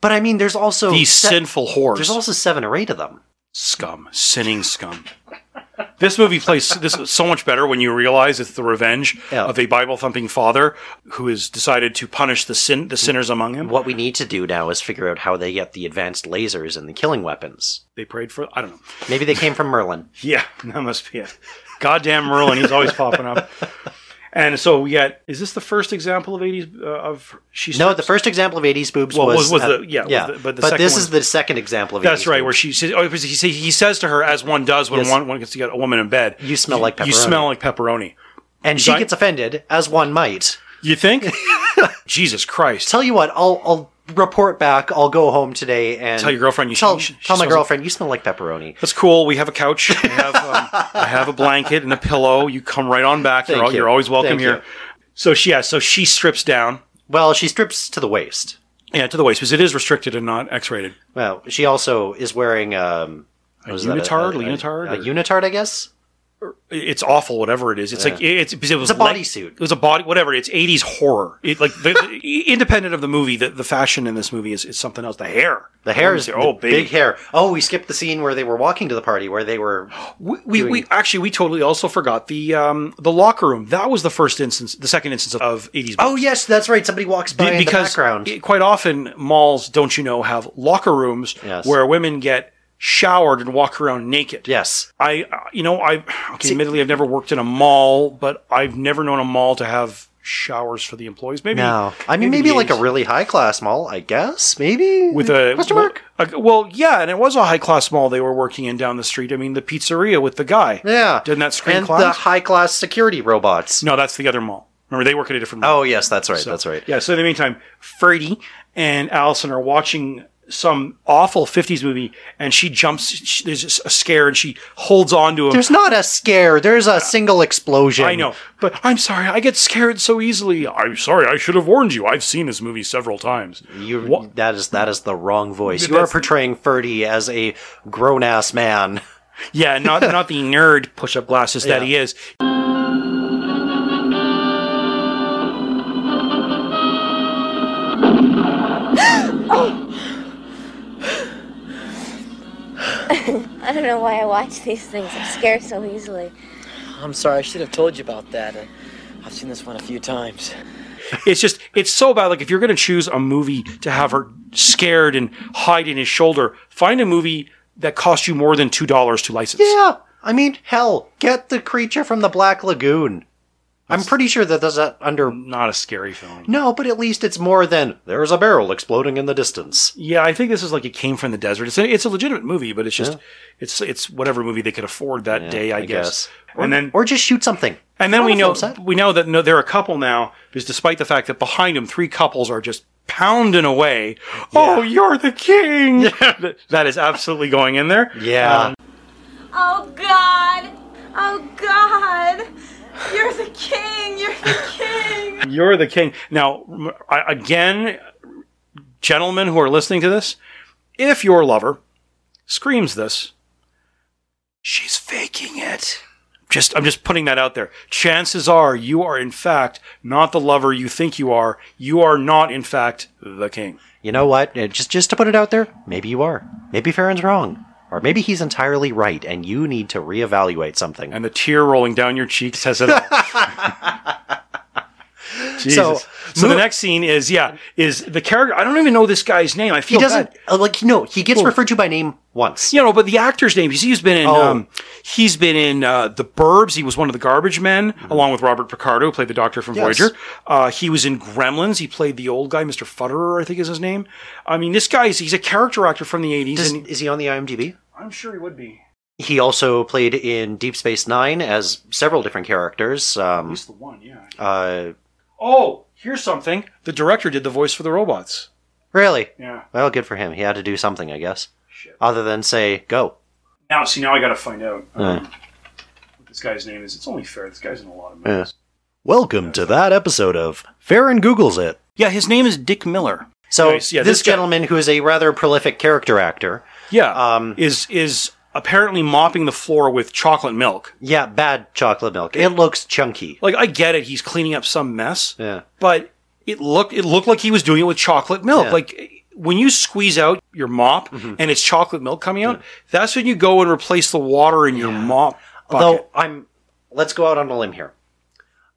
B: But I mean, there's also
A: These
B: se-
A: sinful whores.
B: There's also seven or eight of them.
A: scum, sinning scum. This movie plays this is so much better when you realize it's the revenge
B: Yeah.
A: of a Bible thumping father who has decided to punish the sin
B: Mm.
A: the sinners among him.
B: What we need to do now is figure out how they get the advanced lasers and the killing weapons.
A: They prayed for. I don't know.
B: Maybe they came from Merlin.
A: Yeah, that must be it. Goddamn Merlin, he's always popping up. And so we got. Is this the first example of eighties uh, of she's
B: No, the first example of 80s boobs
A: Well,
B: was,
A: was- was
B: uh,
A: the- yeah, was
B: yeah.
A: the-
B: but
A: but the second
B: this
A: one-
B: is the second example of 80s.
A: That's right. Where
B: boobs.
A: she says, "Oh, because he, say- he says to her as one does when
B: Yes.
A: one, one gets to get a woman in bed.
B: You smell like
A: You
B: pepperoni."
A: smell like pepperoni.
B: and she
A: Right.
B: gets offended, as one might.
A: You think? Jesus Christ!
B: Tell you what, I'll I'll report back. I'll go home today and
A: Tell your girlfriend you
B: tell,
A: she- she
B: tell my
A: smells like-
B: girlfriend you smell like pepperoni.
A: That's cool. We have a couch. We have, um, I have a blanket and a pillow. You come right on back. You're,
B: Thank
A: al-
B: you.
A: you're always welcome
B: Thank
A: here.
B: you.
A: So she, yeah, so she strips down,
B: Well, she strips to the waist.
A: yeah, to the waist because it is restricted and not X-rated.
B: Well, she also is wearing um,
A: A
B: was
A: unitard,
B: a,
A: leotard,
B: a,
A: or-
B: unitard, I guess.
A: It's awful, whatever it is. It's like it's because it was
B: It's a
A: light-
B: bodysuit.
A: It was a body, whatever. It's '80s horror. It like the, the- independent of the movie, the, the fashion in this movie is, is something else. The hair,
B: The hair is
A: oh
B: the
A: baby.
B: big hair. Oh, we skipped the scene where they were walking to the party where they were.
A: We, we, we actually we totally also forgot the um the locker room. That was the first instance, the second instance of '80s.
B: Oh yes, that's right. Somebody walks by in the
A: because
B: background.
A: it- quite often malls, don't you know, have locker rooms
B: Yes.
A: where women get showered and walk around naked.
B: yes,
A: I, uh, you know, I okay, admittedly I've never worked in a mall, but I've never known a mall to have showers for the employees. Maybe
B: No, I mean maybe,
A: the
B: like a
A: 80s.
B: really high class mall, I guess. Maybe
A: with a
B: question mark.
A: a- well, yeah, and it was a high class mall they were working in down the street. I mean, the pizzeria with the guy.
B: Yeah,
A: Didn't that scream
B: and the
A: clowns?
B: high class security robots?
A: No, that's the other mall. Remember, they work at a different mall.
B: Oh yes, that's right. That's right.
A: Yeah. So in the meantime, Freddy and Allison are watching some awful '50s movie, and she jumps. She, there's just a scare, and she holds on to him.
B: There's not a scare. There's a single explosion.
A: I know, but I'm sorry. I get scared so easily. I'm sorry. I should have warned you. I've seen this movie several times.
B: You
A: Wha-
B: that is that is the wrong voice. You are
A: That's-
B: portraying Ferdy as a grown ass man.
A: Yeah, not not the nerd push-up glasses that
B: Yeah.
A: he is.
F: I don't know why I watch these things. I'm scared so easily.
G: I'm sorry, I should have told you about that. I- I've seen this one a few times.
A: It's just it's so bad. Like if you're gonna choose a movie to have her scared and hide in his shoulder, find a movie that costs you more than two dollars to license.
B: Yeah, I mean hell, get the creature from the Black Lagoon. I'm pretty sure that does that under
A: Not a scary film.
B: no, but at least it's more than there's a barrel exploding in the distance.
A: Yeah, I think this is like it came from the desert. It's a, it's a legitimate movie, but it's just it's it's whatever movie they could afford that day, I,
B: I
A: guess.
B: guess.
A: And then
B: Or just shoot something.
A: and then
B: I'm
A: we
B: not
A: know
B: upset.
A: we know that no, they're a couple now because despite the fact that behind them three couples are just pounding away. Oh, you're the king. That- that is absolutely going in there.
B: Yeah.
A: um,
C: Oh God! Oh God! You're the king! You're the king!
A: You're the king. Now, I- again, gentlemen who are listening to this, if your lover screams this, she's faking it. Just, I'm just putting that out there. Chances are you are, in fact, not the lover you think you are. You are not, in fact, the king.
B: you know what? Uh, Just just to put it out there, maybe you are. Maybe Farron's wrong. Or maybe he's entirely right and you need to reevaluate something.
A: And the tear rolling down your cheek says it all. Jesus. So, the
B: Mo-
A: next scene is, yeah, is the character. I don't even know this guy's name. I
B: he
A: feel
B: doesn't
A: bad.
B: uh, like no, he gets referred to by name once.
A: you know, but the actor's name, he's, he's been in,
B: Oh.
A: um, he's been in uh, The Burbs. He was one of the garbage men, along with Robert Picardo, who played the Doctor from
B: Yes.
A: Voyager. Uh, he was in Gremlins. He played the old guy, Mr. Futterer, I think is his name. I mean, this guy's he's a character actor from the eighties,
B: Does-
A: and
B: is he on the IMDb?
A: I'm sure he would be.
B: He also played in Deep Space Nine as several different characters. Um,
A: He's the one, yeah.
B: uh,
A: Oh, here's something. The director did the voice for the robots.
B: really?
A: Yeah.
B: Well, good for him. He had to do something, I guess. Other than say go.
A: Now, see, now I got to find out uh,
B: um,
A: what this guy's name is. It's only fair. This guy's in a lot of
B: Yeah. Welcome to that episode of Farron Googles It.
A: Yeah, his name is Dick Miller.
B: So
A: Nice. Yeah,
B: this,
A: this guy-
B: gentleman, who is a rather prolific character actor,
A: Yeah,
B: Um,
A: is is apparently mopping the floor with chocolate milk.
B: yeah, bad chocolate milk. It looks chunky.
A: Like I get it, he's cleaning up some mess.
B: Yeah.
A: But it looked it looked like he was doing it with chocolate milk.
B: Yeah. Mm-hmm.
A: Like when you squeeze out your mop and it's chocolate milk coming out, that's when you go and replace the water in your mop.
B: Although I'm, let's go out on a limb here.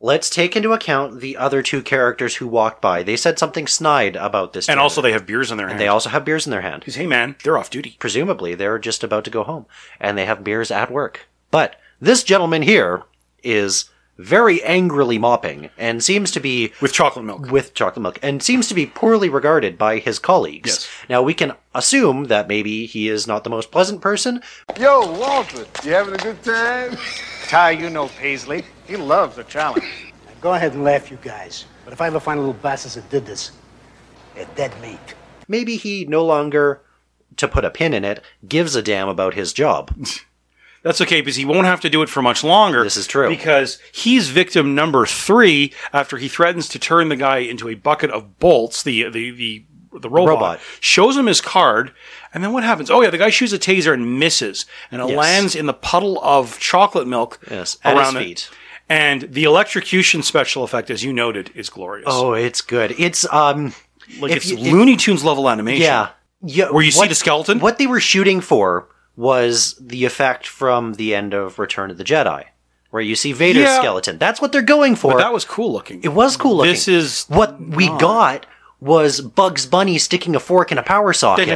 B: Let's take into account the other two characters who walked by. They said something snide about this,
A: and
B: dinner.
A: also they have beers in their hand.
B: they also have beers in their hand.
A: Because hey, man, they're off duty.
B: Presumably, they're just about to go home, and they have beers at work. But this gentleman here is very angrily mopping and seems to be
A: with chocolate milk.
B: with chocolate milk and seems to be poorly regarded by his colleagues.
A: Yes.
B: Now we can assume that maybe he is not the most pleasant person.
H: Yo, Walter, you having a good time? Ty, Ah, you know Paisley. He loves a challenge.
I: Go ahead and laugh, you guys. But if I ever find a little bastards that did this, they're dead meat.
B: Maybe he no longer, to put a pin in it, gives a damn about his job.
A: That's okay because he won't have to do it for much longer.
B: This is true.
A: Because he's victim number three after he threatens to turn the guy into a bucket of bolts, the the the, the robot,
B: Robot.
A: Shows him his card, and then what happens? Oh yeah, the guy shoots a taser and misses, and it
B: Yes.
A: lands in the puddle of chocolate milk
B: Yes, at his
A: around it.
B: feet.
A: And the electrocution special effect, as you noted, is glorious.
B: Oh, it's good. It's um,
A: like
B: if
A: it's
B: you- if-
A: Looney Tunes level animation.
B: yeah, yeah.
A: Where you see the skeleton?
B: What they were shooting for was the effect from the end of Return of the Jedi, where you see Vader's
A: Yeah.
B: skeleton. That's what they're going for.
A: But that was cool looking.
B: It was cool looking.
A: This is
B: what we got was Bugs Bunny sticking a fork in a power socket.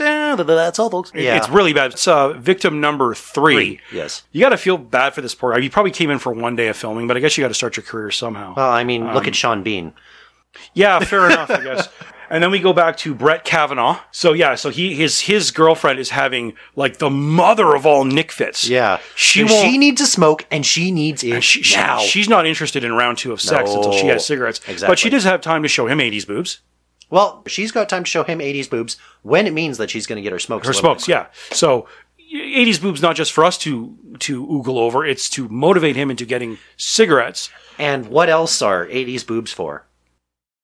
A: That's all, folks.
B: Yeah.
A: It's really bad. It's uh, victim number three.
B: Yes.
A: You got to feel bad for this poor guy. You probably came in for one day of filming, but I guess you got to start your career somehow.
B: Well, Uh, I mean,
A: Um,
B: look at Sean Bean.
A: yeah, fair enough, I guess. And then we go back to Brett Kavanaugh. So yeah, so he his his girlfriend is having like the mother of all Nick fits.
B: Yeah.
A: she
B: And
A: won't.
B: she needs a smoke, and she needs it
A: she, she-
B: now.
A: she's not interested in round two of sex
B: No.
A: until she has cigarettes. But
B: Exactly.
A: she does have time to show him 80s boobs.
B: well, she's got time to show him 80s boobs when it means that she's going to get her smokes.
A: Her
B: limited.
A: smokes, yeah. So 80s boobs not just for us to to oogle over, it's to motivate him into getting cigarettes.
B: And what else are 80s boobs for?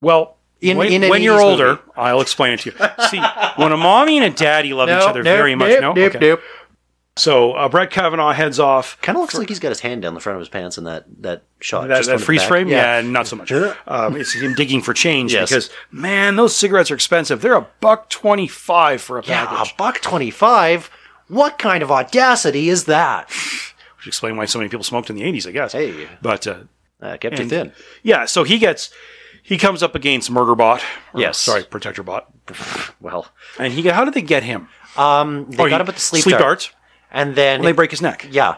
A: Well,
B: In-
A: when,
B: in an
A: when
B: 80s
A: you're older,
B: movie.
A: I'll explain it to you. See, when a mommy and a daddy love each other very much, no, Okay. So uh, Brett Kavanaugh heads off.
B: Kind of looks like he's got his hand down the front of his pants in that, that shot.
A: That,
B: just
A: that
B: on the
A: freeze
B: back.
A: frame, yeah. not so much. Um, it's him digging for change
B: Yes.
A: because man, those cigarettes are expensive. They're a buck twenty-five for a
B: Yeah, a
A: package.
B: buck 25. What kind of audacity is that?
A: Which explain why so many people smoked in the eighties, I guess.
B: Hey.
A: but uh,
B: Uh, kept
A: And-
B: it thin.
A: yeah, so he gets he comes up against Murderbot. or,
B: Yes.
A: sorry, Protectorbot.
B: Well,
A: And he how did they get him?
B: um, they
A: Oh,
B: got
A: he-
B: him with the sleep,
A: sleep
B: dart.
A: darts.
B: And then
A: And they break his neck.
B: Yeah.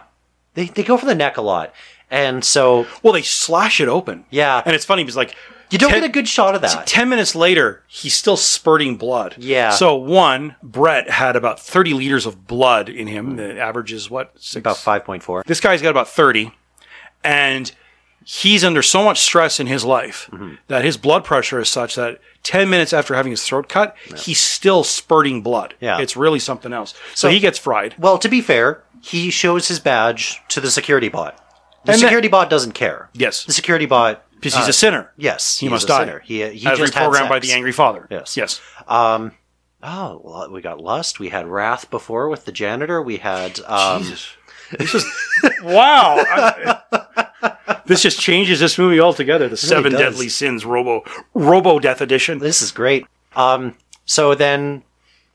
B: They, they go for the neck a lot. And so
A: Well, they slash it open.
B: Yeah.
A: and it's funny because like
B: you don't
A: ten-
B: get a good shot of that.
A: Ten minutes later, he's still spurting blood.
B: Yeah.
A: So one, Brett had about thirty liters of blood in him. The average is what six?
B: About 5.4.
A: This guy's got about thirty, and he's under so much stress in his life
B: Mm-hmm.
A: that his blood pressure is such that ten minutes after having his throat cut, he's still spurting blood.
B: Yeah.
A: It's really something else. So,
B: So-
A: he gets fried.
B: Well, to be fair, he shows his badge to the security bot. The
A: And that-
B: security bot doesn't care.
A: Yes.
B: The security bot.
A: Because he's
B: uh,
A: a sinner.
B: Yes.
A: He
B: he's
A: must
B: a
A: die.
B: sinner. He, he
A: As
B: just had
A: reprogrammed by the
B: sex.
A: angry father.
B: Yes.
A: Yes.
B: Oh, well, we got lust. We had wrath before with the janitor. We had. Um,
A: Wow. I- this just changes this movie altogether. The Seven
B: does.
A: Deadly Sins Robo Robo Death Edition.
B: This is great. Um, so then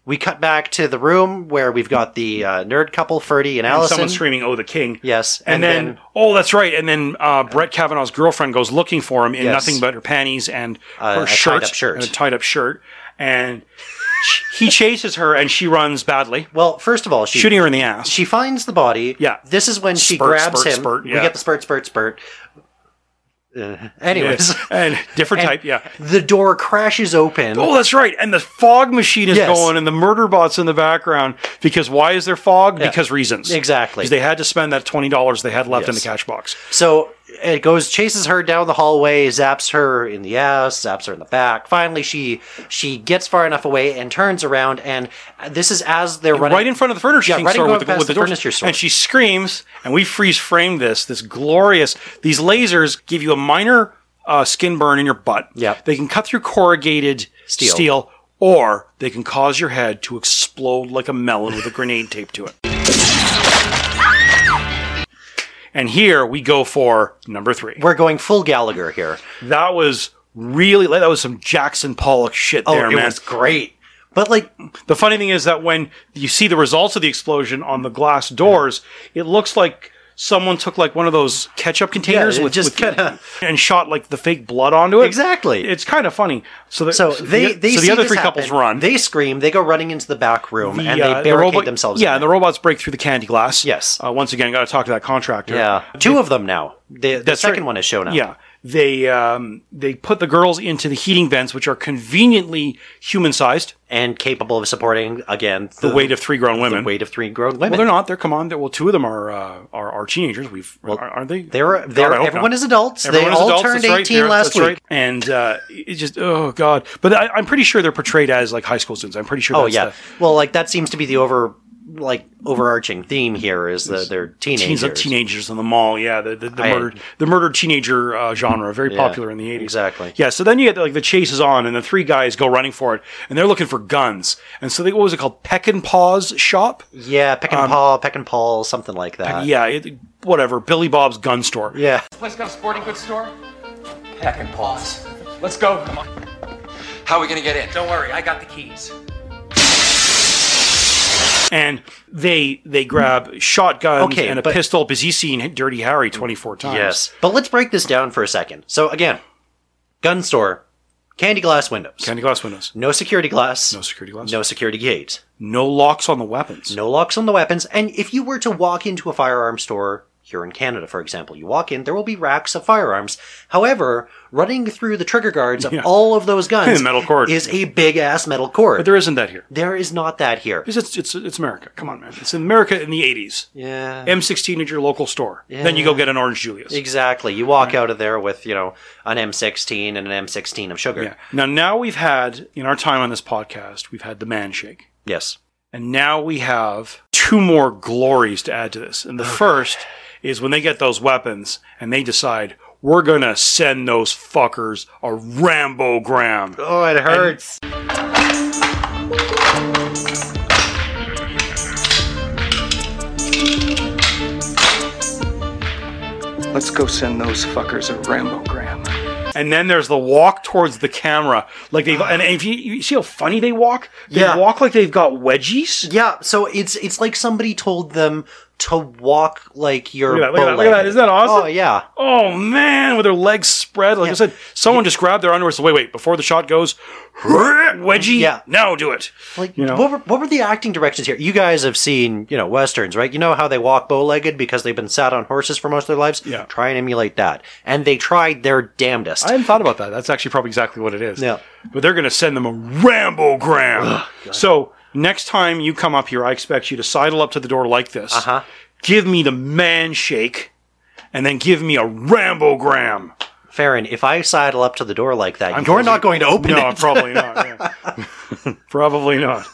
B: we cut back to the room where we've got the uh, nerd couple, Ferdy and
A: And
B: Allison.
A: someone screaming, "Oh, the king!"
B: Yes,
A: and,
B: and
A: then,
B: then-
A: oh, that's right. And then uh, Brett Kavanaugh's girlfriend goes looking for him in
B: Yes. Uh,
A: nothing but her panties and her
B: a
A: shirt,
B: tied-up shirt.
A: and a tied-up shirt. And he chases her, and she runs badly,
B: Well, first of all, she
A: shooting her in the ass.
B: She finds the body.
A: Yeah.
B: This is when she
A: Spurt,
B: grabs
A: spurt,
B: him.
A: spurt, yeah.
B: We get the spurt, spurt, spurt. Uh, anyways,
A: and different
B: And
A: type, yeah.
B: The door crashes open.
A: Oh, that's right. And the fog machine is
B: Yes.
A: going, and the murder bots in the background. Because why is there fog? Because reasons.
B: Exactly.
A: Because they had to spend that twenty dollars they had left in the
B: Yes.
A: cash box.
B: So it goes, chases her down the hallway, zaps her in the ass, zaps her in the back. Finally, she she gets far enough away and turns around, and this is as they're running
A: right in front of the furniture
B: Yeah,
A: king
B: right in
A: store
B: going
A: with the,
B: past
A: with the,
B: the
A: doors.
B: furniture store.
A: and she screams and we freeze frame this this glorious these lasers give you a minor uh, skin burn in your butt
B: Yeah.
A: they can cut through corrugated steel.
B: Steel.
A: or they can cause your head to explode like a melon with a grenade taped to it and here we go for number 3
B: We're going full Gallagher here.
A: that was really that was some jackson pollock shit
B: Oh,
A: there
B: it
A: man
B: was great. But like,
A: the funny thing is that when you see the results of the explosion on the glass doors, it looks like someone took like one of those ketchup containers
B: it
A: with
B: just
A: with-
B: kinda-
A: and shot like the fake blood onto it.
B: Exactly.
A: It's kind of funny. So, the,
B: So they,
A: the,
B: they
A: so
B: see
A: the other
B: this
A: three
B: happen.
A: couples run.
B: They scream. They go running into the back room
A: The,
B: and they
A: uh, the
B: barricade
A: robot-
B: themselves.
A: Yeah,
B: in.
A: and the robots break through the candy glass.
B: Yes.
A: Uh, once again, got to talk to that contractor.
B: yeah. Two of them now. The, the
A: That's right.
B: second one has shown up.
A: Yeah, they um, they put the girls into the heating vents, which are conveniently human sized,
B: and capable of supporting again
A: the weight of three grown
B: the
A: women.
B: weight of three grown women.
A: Well, they're not. They're come on. They're, well, two of them are uh, are, are teenagers. We've aren't they?
B: They're,
A: God,
B: they're
A: I hope
B: everyone
A: not.
B: is adults.
A: Everyone
B: they
A: is
B: all
A: adults,
B: turned
A: that's right,
B: 18
A: they're-
B: last
A: that's
B: week.
A: right. and uh, it just oh god. But I, I'm pretty sure they're portrayed as like high school students. I'm pretty sure.
B: Oh
A: that's
B: yeah.
A: the-
B: Well, like that seems to be the over like overarching theme here is that they're
A: Teens
B: teenagers.
A: teenagers in the mall, yeah, the the, the
B: I-
A: murdered the murdered teenager uh, genre, very
B: Yeah,
A: popular in the eighties.
B: exactly.
A: Yeah, so then you get like the chase is on, and the three guys go running for it, and they're looking for guns, and so they what was it called, Peck and Paw's shop?
B: Yeah, Peck and Paul, Peck and Paul, something like that.
A: Um, yeah, it, whatever. Billy Bob's gun store.
B: Uh, Yeah.
J: Place got a sporting goods store? Peck and paws. Let's go. Come on. How are we gonna get in? Don't worry, I got the keys.
A: And they they grab shotguns
B: Okay,
A: and a
B: but-
A: pistol because he's seen Dirty Harry twenty four times.
B: Yes. But let's break this down for a second. So again, gun store, candy glass windows.
A: Candy glass windows.
B: no security glass.
A: No security glass.
B: No security gate.
A: No locks on the weapons.
B: No locks on the weapons. And if you were to walk into a firearm store here in Canada, for example, you walk in, there will be racks of firearms. However, running through the trigger guards of
A: Yeah.
B: all of those guns
A: Metal cord.
B: is a big ass metal cord.
A: But there isn't that here.
B: there is not that here.
A: Because it's, it's it's America. Come on, man. It's America in the eighties.
B: Yeah.
A: M16 at your local store. Then you go get an orange Julius.
B: Exactly. You walk out of there with, you know, an M16 and an M16 of sugar.
A: Yeah. Now, now we've had in our time on this podcast, we've had the man shake,
B: Yes.
A: and now we have two more glories to add to this. And the first is when they get those weapons and they decide we're gonna send those fuckers a Rambogram.
B: Oh, it hurts.
J: Let's go send those fuckers a Rambogram.
A: And then there's the walk towards the camera, like they've. And if you, you see how funny they walk, they
B: Yeah.
A: walk like they've got wedgies.
B: yeah, so it's it's like somebody told them to walk like you're
A: Look at that, look at that, look at that.
B: bow-legged.
A: Isn't that awesome?
B: Oh, yeah.
A: Oh man, with their legs spread. Like I
B: Yeah.
A: said, someone just grabbed their underwear. So wait, wait, before the shot goes, wedgie.
B: Yeah.
A: Now do it.
B: Like,
A: You know?
B: what, were, what were the acting directions here? You guys have seen, you know, westerns, right? You know how they walk bow-legged because they've been sat on horses for most of their lives.
A: Yeah.
B: Try and emulate that, and they tried their damnedest.
A: I hadn't thought about that. That's actually probably exactly what it is.
B: Yeah.
A: But they're gonna send them a rambogram. so next time you come up here, I expect you to sidle up to the door like this. Uh
B: Uh-huh.
A: Give me the man shake, and then give me a rambogram.
B: Farron, if I sidle up to the door like that,
A: I'm
B: you're
A: closing-
B: not going to open
A: no,
B: it.
A: probably not. yeah. probably not.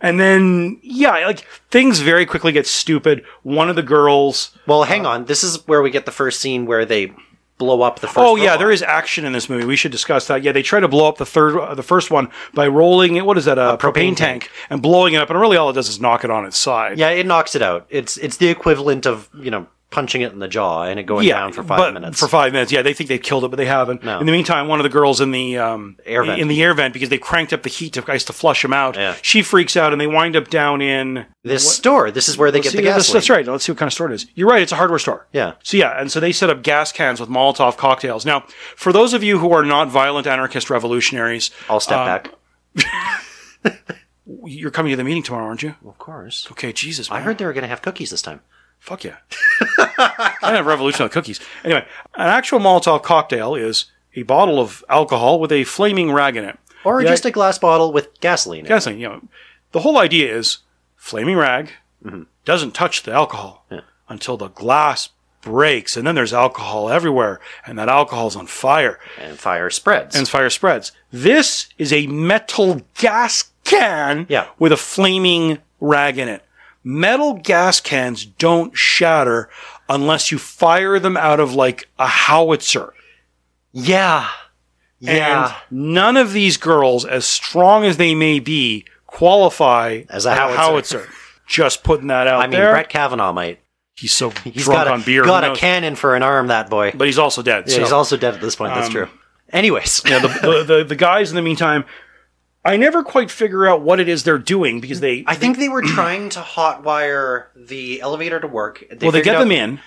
A: And then, yeah, like things very quickly get stupid. One of the girls,
B: Well, hang on. This is where we get the first scene where they blow up the first.
A: Oh yeah,
B: robot.
A: there is action in this movie. We should discuss that. Yeah, they try to blow up the third, uh, the first one by rolling it. What is that? A, propane,
B: propane
A: tank and blowing it up. And really, all it does is knock it on its side.
B: Yeah, it knocks it out. It's it's the equivalent of you know punching it in the jaw and it going down for five
A: but
B: minutes.
A: For five minutes, yeah. They think they've killed it, but they haven't.
B: No.
A: In the meantime, one of the girls in the um,
B: Air vent.
A: in the air vent because they cranked up the heat to guys to flush them out.
B: Yeah.
A: She freaks out, and they wind up down in
B: this store, this is where they get
A: See,
B: the
A: yeah,
B: gas.
A: that's, that's right. Let's see what kind of store it is. You're right. It's a hardware store.
B: Yeah.
A: So yeah, and so they set up gas cans with Molotov cocktails. Now, for those of you who are not violent anarchist revolutionaries,
B: I'll step
A: uh,
B: back.
A: You're coming to the meeting tomorrow, aren't you?
B: Of course.
A: Okay, Jesus, man.
B: I heard they were going to have cookies this time.
A: Fuck yeah. I have revolutionary cookies. Anyway, an actual Molotov cocktail is a bottle of alcohol with a flaming rag in it.
B: Or
A: Yeah.
B: just a glass bottle with gasoline. in it.
A: Gasoline, you know, the whole idea is flaming rag
B: Mm-hmm.
A: doesn't touch the alcohol until the glass breaks, and then there's alcohol everywhere, and that alcohol's on fire,
B: And fire spreads.
A: and fire spreads. This is a metal gas can
B: Yeah.
A: with a flaming rag in it. Metal gas cans don't shatter unless you fire them out of like a howitzer.
B: yeah. Yeah.
A: And none of these girls, as strong as they may be, qualify
B: As a howitzer.
A: howitzer. Just putting that out
B: I mean,
A: there.
B: Brett Kavanaugh might.
A: he's so
B: He's
A: drunk
B: got a,
A: on beer, who
B: got a
A: knows?
B: cannon for an arm, that boy.
A: but he's also dead.
B: yeah,
A: so.
B: he's also dead at this point. That's
A: um,
B: true. Anyways.
A: you know, the, the, the the guys in the meantime, I never quite figure out what it is they're doing because they.
B: I think they were trying to hotwire the elevator to work.
A: well, they
B: figured
A: get
B: out-
A: them in.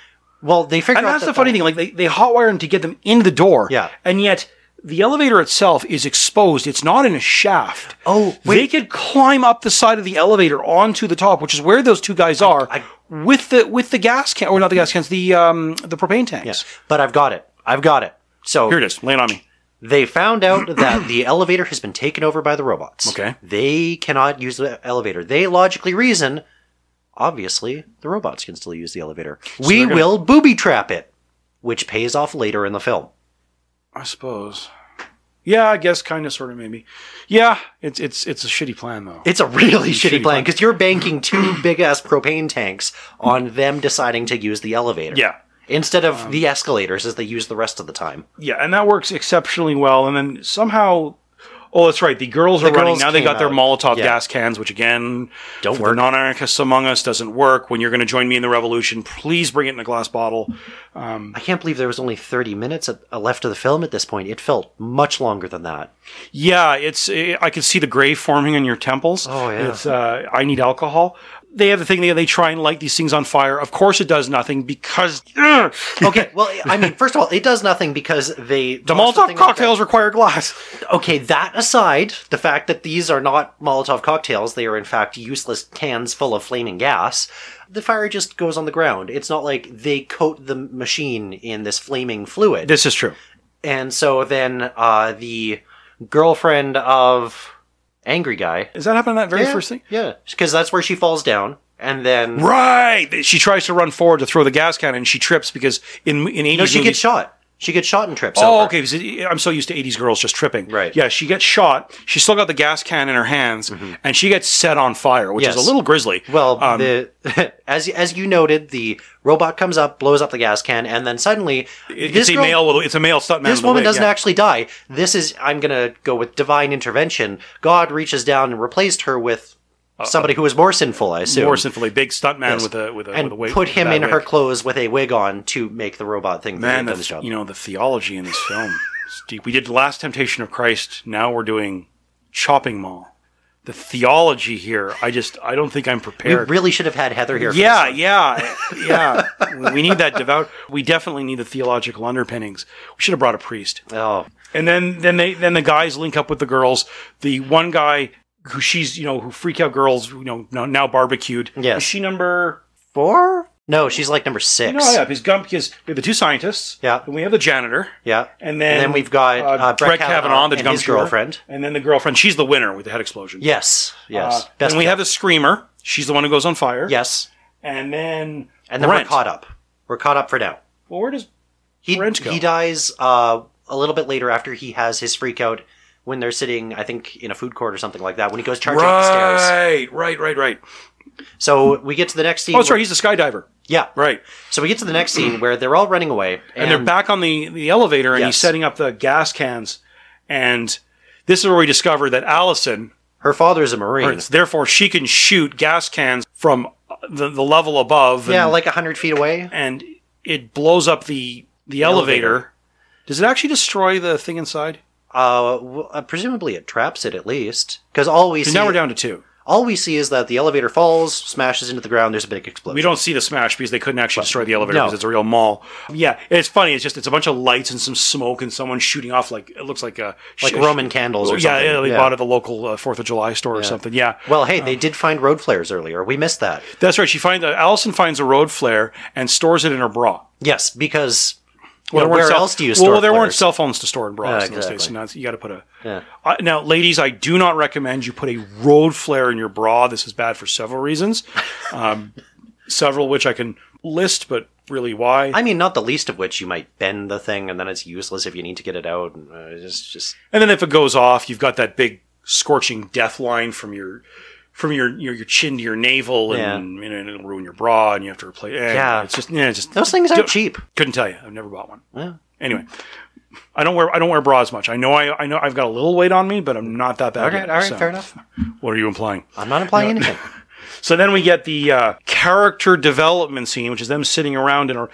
B: Well, they figure
A: And
B: out
A: that's
B: that
A: the funny thing. Like they, they hotwire them to get them in the door.
B: Yeah.
A: And yet the elevator itself is exposed. It's not in a shaft.
B: Oh,
A: They could climb up the side of the elevator onto the top, which is where those two guys are
B: I-
A: with the with the gas can or not the gas cans, the um the propane tanks.
B: Yes, but I've got it. I've got it. So
A: Here it is, laying on me.
B: They found out that the elevator has been taken over by the robots.
A: Okay.
B: They cannot use the elevator. They logically reason, obviously, the robots can still use the elevator. we
A: they're gonna-
B: will booby trap it, which pays off later in the film.
A: I suppose. Yeah, I guess kinda sorta maybe. Yeah, it's it's it's a shitty plan though.
B: It's a really
A: It's
B: shitty
A: shitty
B: plan
A: plan.
B: because you're banking two big ass propane tanks on them deciding to use the elevator.
A: Yeah. Um,
B: Instead of the escalators as they use the rest of the time.
A: Yeah, and that works exceptionally well. And then somehow, oh, that's right. The girls are running
B: girls
A: now. They
B: came
A: got their
B: out.
A: Molotov
B: Yeah.
A: gas cans, which again,
B: Don't
A: for
B: work.
A: The non-anarchists among us doesn't work. When you're going to join me in the revolution, please bring it in a glass bottle. mm.
B: I can't believe there was only 30 minutes at- uh, left of the film at this point. It felt much longer than that.
A: Yeah, it's. eh, I can see the gray forming in your temples.
B: Oh, yeah.
A: It's. Uh, I need alcohol. They have the thing. They they try and light these things on fire. Of course, it does nothing because ugh,
B: Okay, well, I mean, first of all, it does nothing because they
A: the Molotov cocktails require glass.
B: Okay, that aside, the fact that these are not Molotov cocktails, they are in fact useless cans full of flaming gas. The fire just goes on the ground. It's not like they coat the machine in this flaming fluid.
A: This is true.
B: and so then uh, the girlfriend of angry guy.
A: Does that happen in that very first thing?
B: Yeah, because that's where she falls down, and then
A: Right. She tries to run forward to throw the gas can, and she trips because in in eighties
B: no, she
A: movies,
B: gets shot. She gets shot and trips.
A: Oh,
B: over.
A: okay. because I'm so used to 80s girls just tripping.
B: Right. Mm-hmm.
A: Yeah, she gets shot. She's still got the gas can in her hands, and she gets set on fire, which is
B: Yes.
A: a little grisly.
B: Well,
A: Um,
B: the, as as you noted, the robot comes up, blows up the gas can, and then suddenly
A: it- it's
B: this girl-
A: a male. with- It's a male stuntman.
B: This
A: with a
B: woman
A: wig,
B: doesn't
A: yeah.
B: actually die. This is I'm gonna go with divine intervention. God reaches down and replaced her with somebody who was more sinful. I assume
A: More sinfully, big stuntman
B: Yes.
A: with a with a
B: and
A: with a wig,
B: put him
A: bad
B: in her
A: wig.
B: clothes with a wig on to make the robot thing.
A: Man,
B: do
A: the,
B: the job.
A: you know the theology in this film is deep. We did the Last Temptation of Christ. Now we're doing Chopping Mall. The theology here, I just I don't think I'm
B: we
A: prepared.
B: really should have had Heather here. for this
A: Yeah,
B: one.
A: yeah, yeah. we need that devout. We definitely need the theological underpinnings. We should have brought a priest.
B: Oh,
A: And then then they then the guys link up with the girls. The one guy who she's you know who freak out girls you know now, now barbecued.
B: Yes.
A: Is she number four?
B: no, she's like number six.
A: No, yeah. Because Gump is we have the two scientists.
B: Yeah.
A: And we have the janitor.
B: Yeah.
A: And then,
B: And then we've got, uh, Brett Kavanaugh and
A: Gump
B: his
A: shooter.
B: girlfriend.
A: and then the girlfriend. She's the winner with the head explosion.
B: Yes. Yes.
A: Uh, then we
B: guy.
A: have the screamer. She's the one who goes on fire.
B: yes.
A: And then
B: And then
A: Brent.
B: we're caught up. We're caught up for now.
A: Well, where does
B: He
A: Brent go?
B: he dies uh, a little bit later after he has his freak out when they're sitting, I think, in a food court or something like that. When he goes charging up the stairs.
A: Right, right, right, right.
B: So we get to the next scene.
A: Oh, that's
B: where-
A: right. He's a skydiver.
B: yeah.
A: Right.
B: So we get to the next scene where they're all running away,
A: And, they're back on the, the elevator and he's
B: Yes.
A: setting up the gas cans. And this is where we discover that Allison,
B: Her father's a marine.
A: therefore, she can shoot gas cans from the, the level above.
B: Yeah,
A: and,
B: like hundred feet away.
A: and it blows up the, the, elevator.
B: elevator.
A: Does it actually destroy the thing inside?
B: Uh, well, uh, presumably it traps it at least, because all we see
A: 'Cause now we're down to two.
B: all we see is that the elevator falls, smashes into the ground. There's a big explosion.
A: We don't see the smash because they couldn't actually destroy the elevator
B: no.
A: because it's a real mall. Yeah, it's funny. It's just it's a bunch of lights and some smoke and someone shooting off like it looks like a
B: like
A: sh-
B: Roman candles or
A: yeah,
B: something.
A: yeah, they bought at the local uh, Fourth of July store or something. Yeah,
B: Well, hey, they did find road flares earlier. We missed that.
A: that's right. She finds uh, Allison finds a road flare and stores it in her bra.
B: Yes, because you know,
A: there weren't
B: where
A: cell-
B: else do you
A: well,
B: store?
A: Well, there weren't
B: flares?
A: cell phones to store in bras
B: Yeah,
A: in those days. So
B: exactly.
A: now it's- you got to put a.
B: Yeah.
A: Uh, now, ladies, I do not recommend you put a road flare in your bra. This is bad for several reasons, um, several which I can list, but really why?
B: I mean, not the least of which you might bend the thing, and then it's useless if you need to get it out. And uh, it's just
A: And then if it goes off, you've got that big scorching death line from your from your your, your chin to your navel, and,
B: Yeah.
A: you know, and it'll ruin your bra, and you have to replace. eh,
B: Yeah.
A: it's just yeah, it's just
B: those things aren't
A: Don't-
B: cheap.
A: Couldn't tell you. I've never bought one.
B: Yeah.
A: Anyway, I don't wear I don't wear bras much. I know I I know I've got a little weight on me, but I'm not that bad.
B: All right,
A: yet,
B: all right,
A: so-
B: fair enough.
A: What are you implying?
B: I'm not implying anything.
A: So then we get the uh, character development scene, which is them sitting around and.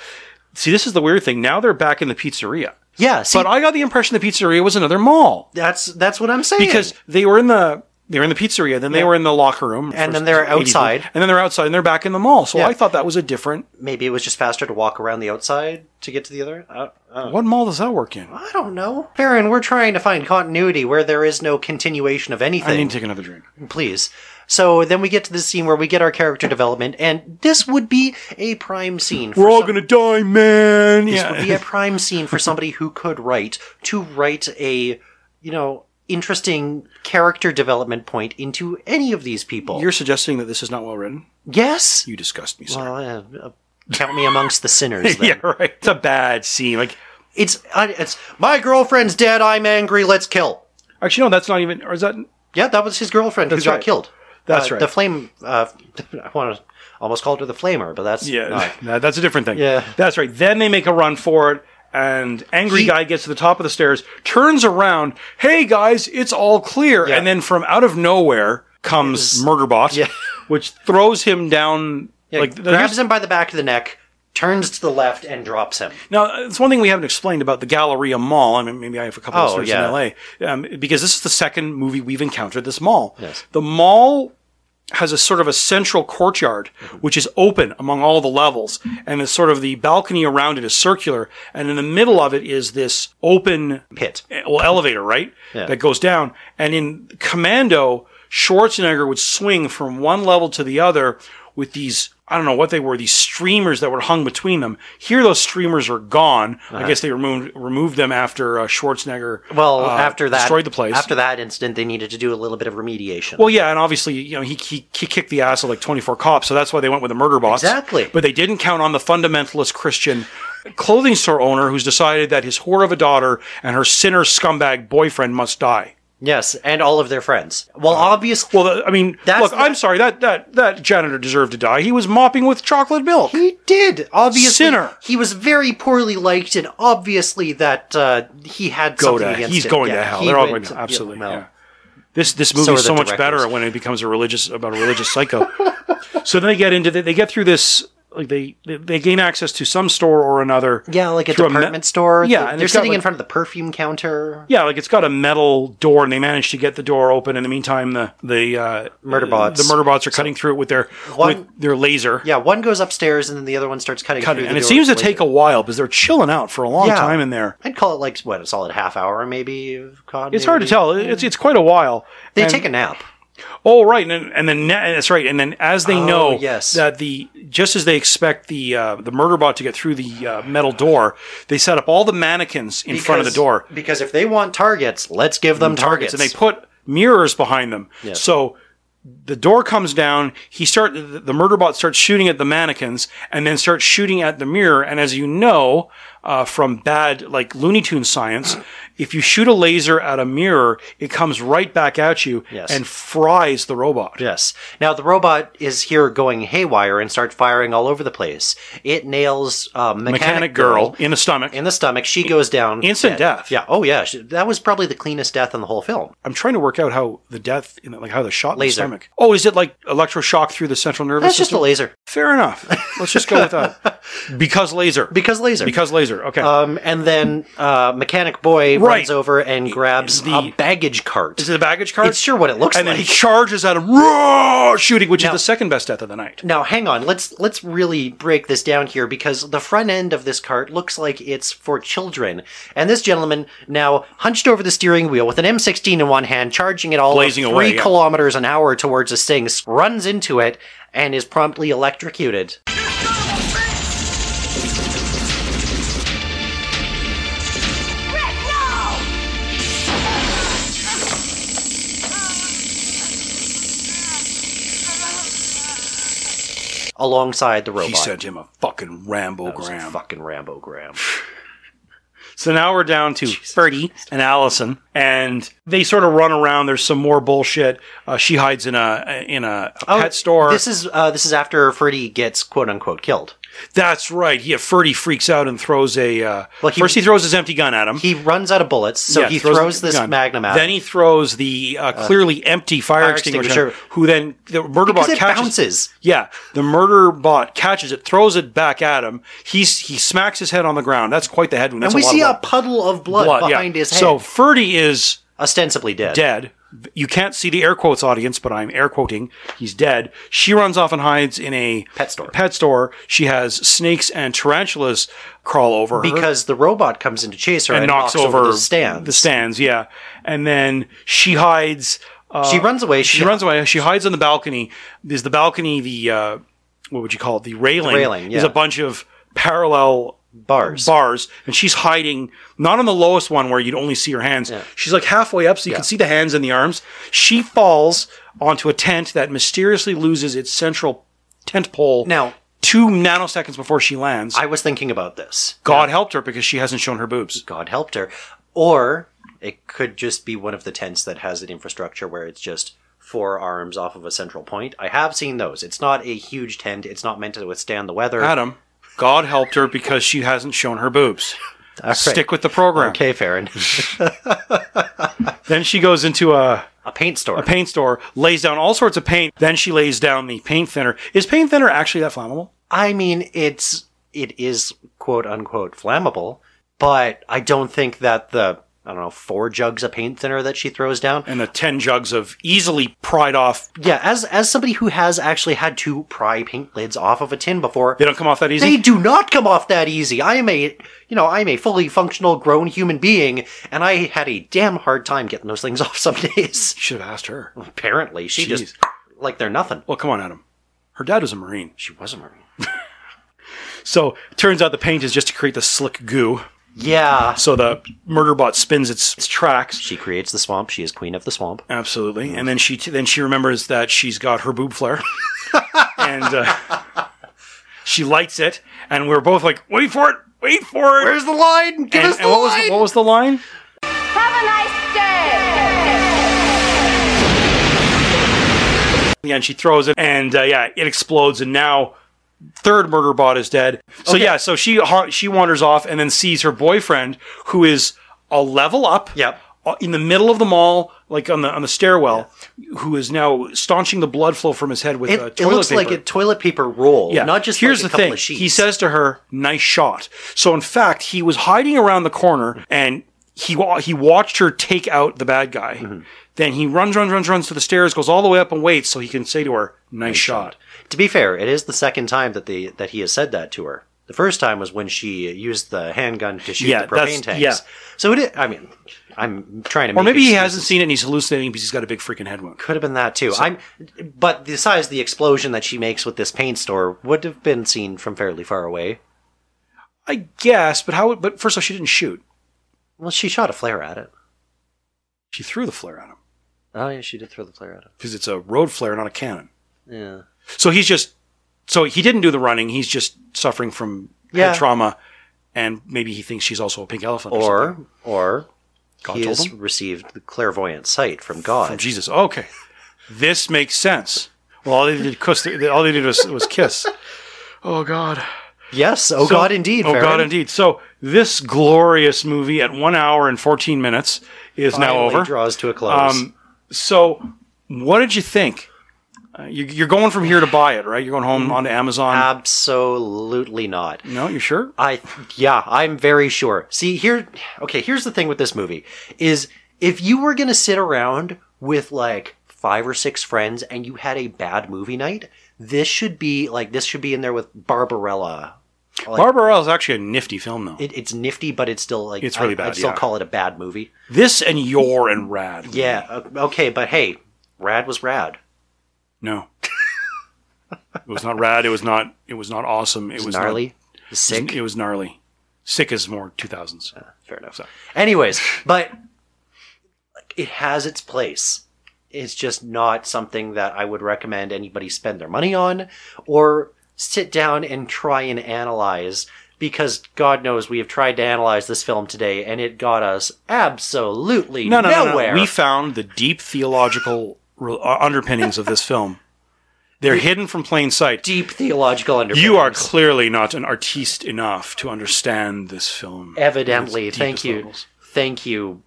A: See, this is the weird thing. Now they're back in the pizzeria,
B: Yeah, see,
A: but I got the impression the pizzeria was another mall
B: that's that's what I'm saying.
A: because they were in the They were in the pizzeria, then they were in the locker room,
B: And
A: for
B: then they're
A: 80s.
B: outside.
A: and then they're outside, and they're back in the mall. So
B: Yeah.
A: I thought that was a different.
B: Maybe it was just faster to walk around the outside to get to the other. I, I
A: What mall does that work in?
B: I don't know. Baron, we're trying to find continuity where there is no continuation of anything.
A: I need to take another drink.
B: please. So then we get to the scene where we get our character development, and this would be a prime scene. For
A: We're all
B: some-
A: gonna die, man.
B: This
A: Yeah.
B: would be a prime scene for somebody who could write to write a, you know, interesting character development point into any of these people.
A: You're suggesting that this is not well written.
B: yes.
A: You disgust me, sir.
B: Well, uh, uh, count me amongst the sinners. Then.
A: yeah, right. It's a bad scene. Like,
B: It's I, it's my girlfriend's dead. I'm angry. Let's kill.
A: actually, no, that's not even. Or is that?
B: Yeah, that was his girlfriend
A: That's
B: who
A: right.
B: got killed.
A: That's
B: Uh,
A: right.
B: The flame. Uh, I want to almost called her the flamer, but that's
A: Yeah,
B: not-
A: no, that's a different thing.
B: Yeah.
A: that's right. Then they make a run for it, and angry
B: He-
A: guy gets to the top of the stairs, turns around, "Hey guys, it's all clear!"
B: Yeah.
A: And then from out of nowhere comes Murderbot,
B: Yeah.
A: which throws him down.
B: Yeah,
A: like
B: grabs him by the back of the neck, turns to the left, and drops him.
A: Now, it's one thing we haven't explained about the Galleria Mall. I mean, maybe I have a couple
B: Oh,
A: of listeners
B: yeah.
A: in LA, um, because this is the second movie we've encountered this mall.
B: Yes.
A: The mall has a sort of a central courtyard,
B: Mm-hmm.
A: which is open among all the levels, and it's sort of the balcony around it is circular, and in the middle of it is this open
B: Pit.
A: eh, well, elevator, right?
B: Yeah.
A: That goes down. And in Commando, Schwarzenegger would swing from one level to the other with these, I don't know what they were, these streamers that were hung between them. Here, those streamers are gone. I guess they removed, removed them after uh, Schwarzenegger
B: Uh-huh. Well,
A: uh,
B: after that,
A: destroyed the place.
B: After that incident, they needed to do a little bit of remediation.
A: Well, yeah, and obviously, you know, he, he, he kicked the ass of like 24 cops, so that's why they went with the murder boss.
B: Exactly.
A: But they didn't count on the fundamentalist Christian clothing store owner who's decided that his whore of a daughter and her sinner scumbag boyfriend must die.
B: yes, and all of their friends.
A: Uh,
B: Well, obviously,
A: Well, th- I mean,
B: That's
A: look,
B: the-
A: I'm sorry that that that janitor deserved to die. He was mopping with chocolate milk.
B: he did. Obviously,
A: Sinner.
B: He was very poorly liked, and obviously that uh, he had
A: Go
B: something
A: to
B: against
A: he's
B: him.
A: going to
B: Yeah,
A: hell.
B: he
A: They're all
B: went
A: going
B: to-
A: to absolutely.
B: well,
A: yeah. This this movie
B: So are
A: is
B: the
A: so much
B: directors.
A: better when it becomes a religious about a religious psycho. so then they get into the, they get through this like they they- they gain access to some store or another.
B: yeah, like a
A: through me-
B: department store.
A: Yeah,
B: They-
A: and
B: they're
A: it's got,
B: sitting in
A: like-
B: front of the perfume counter.
A: Yeah, like it's got a metal door, and they manage to get the door open. In the meantime, the the uh,
B: Murderbots.
A: the murder bots are cutting through it with their
B: One-
A: with their laser.
B: Yeah, one goes upstairs, and then the other one starts cutting.
A: Cutting.
B: through the
A: And it
B: door
A: seems to
B: later.
A: take a while because they're chilling out for a long
B: Yeah.
A: time in there.
B: I'd call it like what a solid half hour, maybe. of
A: It's hard to
B: continuity.
A: tell. It's it's quite a while.
B: They
A: And-
B: take a nap.
A: Oh right, and then, and then na- that's right. And then as they
B: Oh,
A: know
B: yes.
A: that the just as they expect the uh, the murder bot to get through the uh, metal door, they set up all the mannequins in front of the
B: Because-
A: door.
B: Because if they want targets, let's give them targets.
A: and they put mirrors behind them.
B: Yes.
A: So the door comes down. He start the, the murder bot starts shooting at the mannequins, and then starts shooting at the mirror. And as you know uh, from bad like Looney Tune science, if you shoot a laser at a mirror, it comes right back at you
B: Yes.
A: and fries the robot.
B: yes. Now the robot is here going haywire and starts firing all over the place. It nails uh, mechanic,
A: Mechanic girl, in the stomach.
B: in the stomach. She goes down.
A: Instant
B: dead.
A: death.
B: Yeah. Oh yeah. She- that was probably the cleanest death in the whole film.
A: I'm trying to work out how the death, in the, like how the shot in the
B: Laser.
A: stomach. Oh, is it like electroshock through the central nervous
B: That's just
A: system?
B: a laser
A: Fair enough. Let's just go with that. Because laser.
B: because laser.
A: Because laser. Okay.
B: Um, and then uh, mechanic boy
A: Right.
B: runs over and grabs
A: The-
B: a baggage cart.
A: is it a baggage cart?
B: It's sure what it looks
A: and
B: like.
A: then he charges at him, roar, shooting, which
B: Now-
A: is the second best death of the night.
B: Now, hang on. Let's let's really break this down here because the front end of this cart looks like it's for children. And this gentleman now hunched over the steering wheel with an M16 in one hand, charging it all
A: Blazing
B: of three
A: away, yeah.
B: kilometers an hour towards this thing, runs into it, and is promptly electrocuted.
C: Rick, no!
B: Alongside the robot.
A: He sent him a fucking Rambo
B: That was a
A: gram.
B: fucking Rambo Graham.
A: So now we're down to Ferdy and Allison, and they sort of run around. There's some more bullshit. Uh, she hides in a in a, a pet store.
B: Oh, This is uh, this is after Freddy gets quote unquote killed.
A: That's right. He Ferdy freaks out and throws a. Uh,
B: Well, he-
A: first, he throws his empty gun at him.
B: He runs out of bullets, so
A: Yeah,
B: he throws,
A: the
B: this
A: gun.
B: magnum at
A: Then
B: him
A: he throws the uh, clearly empty fire,
B: fire
A: extinguisher,
B: extinguisher.
A: Who then the murder
B: because
A: bot
B: it
A: catches.
B: bounces.
A: Yeah, the murder bot catches it, throws it back at him. He's he smacks his head on the ground. That's quite the head wound. That's
B: and we
A: a lot
B: see
A: of
B: a puddle of blood,
A: blood, yeah.
B: behind his head.
A: So Ferdy is
B: ostensibly dead.
A: dead. You can't see the air quotes audience, but I'm air quoting. He's dead. She runs off and hides in a
B: Pet store.
A: Pet store. She has snakes and tarantulas crawl over her
B: because the robot comes in to chase her
A: and knocks, over,
B: the stand.
A: The stands, yeah. And then she hides. Uh,
B: She runs away.
A: She runs away. She hides on the balcony. There's the balcony. The uh, what would you call it? The railing.
B: railing,
A: There's
B: yeah.
A: a bunch of parallel
B: bars.
A: bars, and she's hiding not on the lowest one where you'd only see her hands. She's like halfway up, so you can see the hands and the arms. She falls onto a tent that mysteriously loses its central tent pole.
B: Now-
A: two nanoseconds before she lands,
B: I was thinking about this.
A: God helped her because she hasn't shown her boobs.
B: God helped her. Or it could just be one of the tents that has an infrastructure where it's just four arms off of a central point. I have seen those. It's not a huge tent. It's not meant to withstand the weather.
A: Adam, God helped her because she hasn't shown her boobs.
B: All right.
A: Stick with the program.
B: Okay, Farron.
A: Then she goes into a,
B: a paint store.
A: a paint store, lays down all sorts of paint. Then she lays down the paint thinner. Is paint thinner actually that flammable?
B: I mean, it's it is quote unquote flammable, but I don't think that the I don't know four jugs of paint thinner that she throws down.
A: And the 10 jugs of easily pried off.
B: Yeah, as as somebody who has actually had to pry paint lids off of a tin before,
A: They don't come off that easy.
B: They do not come off that easy. I am a, you know, I'm a fully functional grown human being, and I had a damn hard time getting those things off some days.
A: Should have asked her.
B: Apparently, she just like they're nothing.
A: Well, come on, Adam. Her dad was a Marine.
B: She was a marine.
A: So turns out the paint is just to create the slick goo.
B: Yeah,
A: So the murder bot spins its, its tracks.
B: she creates the swamp. She is queen of the swamp.
A: Absolutely. And then she then she remembers that she's got her boob flare. and uh, she lights it. And we're both like, wait for it. Wait for it.
B: Where's the line? Give
A: and,
B: us the
A: and what, was
B: line.
A: the, what was the line? Uh,
F: Have a nice day.
A: Yeah, and she throws it, and uh, yeah, it explodes, and now third murder bot is dead. So yeah, so she ha- she wanders off, and then sees her boyfriend, who is a level up.
B: Yep.
A: uh, In the middle of the mall, like on the on the stairwell, who is now staunching the blood flow from his head with
B: It,
A: a
B: it
A: toilet
B: looks
A: paper.
B: like a toilet paper roll,
A: Yeah.
B: not just
A: here's
B: like a
A: the
B: couple
A: thing.
B: of sheets.
A: He says to her, "Nice shot." So in fact, he was hiding around the corner and he wa- he watched her take out the bad guy.
B: Mm-hmm.
A: Then he runs, runs, runs, runs to the stairs, goes all the way up and waits so he can say to her, "Nice, shot."
B: To be fair, it is the second time that the that he has said that to her. The first time was when she used the handgun to shoot
A: Yeah,
B: the propane
A: that's-
B: tanks.
A: yeah.
B: So it. i- I mean, I'm trying to.
A: Or
B: make
A: maybe he
B: excuses.
A: hasn't seen it and he's hallucinating because he's got a big freaking head wound.
B: Could have been that too. I'm, but besides the explosion that she makes with this paint store would have been seen from fairly far away.
A: I guess, but how? But first of all, she didn't shoot.
B: Well, she shot a flare at it.
A: She threw the flare at him
B: Oh yeah, she did throw the flare at it.
A: because it's a road flare, not a cannon.
B: Yeah.
A: So he's just. So he didn't do the running. He's just suffering from head
B: Yeah.
A: trauma, and maybe he thinks she's also a pink elephant, or, something.
B: Or or
A: God
B: he
A: told
B: has
A: him?
B: received the clairvoyant sight from God.
A: from Jesus. Okay, this makes sense. Well, all they did, cuss, all they did was, was kiss. Oh God.
B: yes. Oh
A: So-
B: God, indeed.
A: Oh God,
B: Farron.
A: indeed. So this glorious movie at one hour and fourteen minutes is now
B: Finally
A: over.
B: Draws to a close.
A: Um, so, what did you think? Uh, you, you're going from here to buy it, right? You're going
B: Mm-hmm.
A: home onto Amazon.
B: Absolutely not.
A: no, you sure?
B: I yeah, I'm very sure. See here okay, here's the thing with this movie is if you were going to sit around with like five or six friends and you had a bad movie night, this should be like this should be in there with Barbarella. Like,
A: Barbarella is actually a nifty film, though.
B: it, it's nifty but it's still like
A: It's really
B: I,
A: bad,
B: I'd still
A: yeah.
B: call it a bad movie.
A: this and Your and Rad.
B: Yeah, o- okay, but hey, Rad was rad.
A: No. it was not rad. It was not. It was not awesome. It
B: It
A: was
B: was
A: not-
B: gnarly,
A: it was-
B: sick. Uh.
A: It was gnarly. Sick is more two thousands.
B: Fair enough.
A: So-
B: Anyways, but like, it has its place. It's just not something that I would recommend anybody spend their money on or sit down and try and analyze because God knows we have tried to analyze this film today and it got us absolutely
A: No, no, no,
B: nowhere.
A: no. We found the deep theological re- uh, underpinnings of this film. They're hidden from plain sight.
B: Deep theological underpinnings.
A: You are clearly not an artiste enough to understand this film.
B: evidently.
A: Its
B: Thank
A: deepest
B: you.
A: levels.
B: Thank you.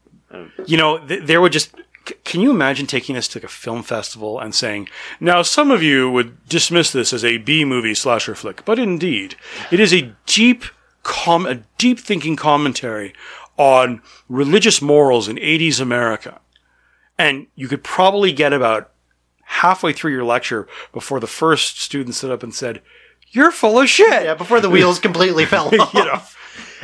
A: You know, th- there would just. c- Can you imagine taking this to like a film festival and saying, "Now, some of you would dismiss this as a B movie slasher flick, but indeed, it is a deep, com- a deep thinking commentary on religious morals in '80s America." And you could probably get about halfway through your lecture before the first student stood up and said, You're full of shit.
B: Yeah, before the wheels completely fell off.
A: You know.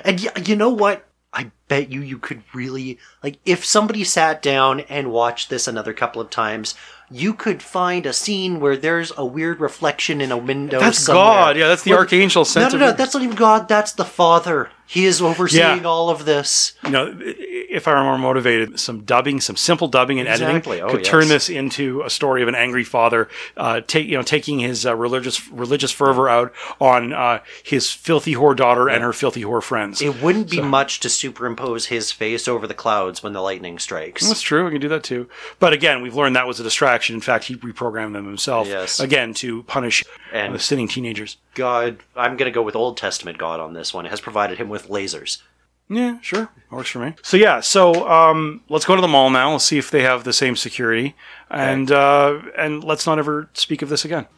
B: And y- you know what? I bet you you could really like if somebody sat down and watched this another couple of times, you could find a scene where there's a weird reflection in a window.
A: That's
B: somewhere.
A: God. Yeah, that's the archangel
B: No,
A: sense
B: no,
A: of
B: no.
A: it.
B: That's not even God. That's the Father. He is overseeing
A: Yeah.
B: all of this.
A: you know, if I were more motivated, some dubbing, some simple dubbing and
B: Exactly.
A: editing
B: Oh,
A: could
B: yes.
A: turn this into a story of an angry father, uh, take you know, taking his uh, religious religious fervor out on uh, his filthy whore daughter and her filthy whore friends.
B: It wouldn't be much to superimpose his face over the clouds when the lightning strikes.
A: That's true. We can do that too. But again, we've learned that was a distraction. In fact, he reprogrammed them himself.
B: Yes.
A: Again, to punish
B: And-
A: the sinning teenagers.
B: God, I'm going to go with Old Testament God on this one. Has provided him with lasers.
A: Yeah, sure. Works for me. So yeah, so um, let's go to the mall now. Let's see if they have the same security, and uh, and let's not ever speak of this again.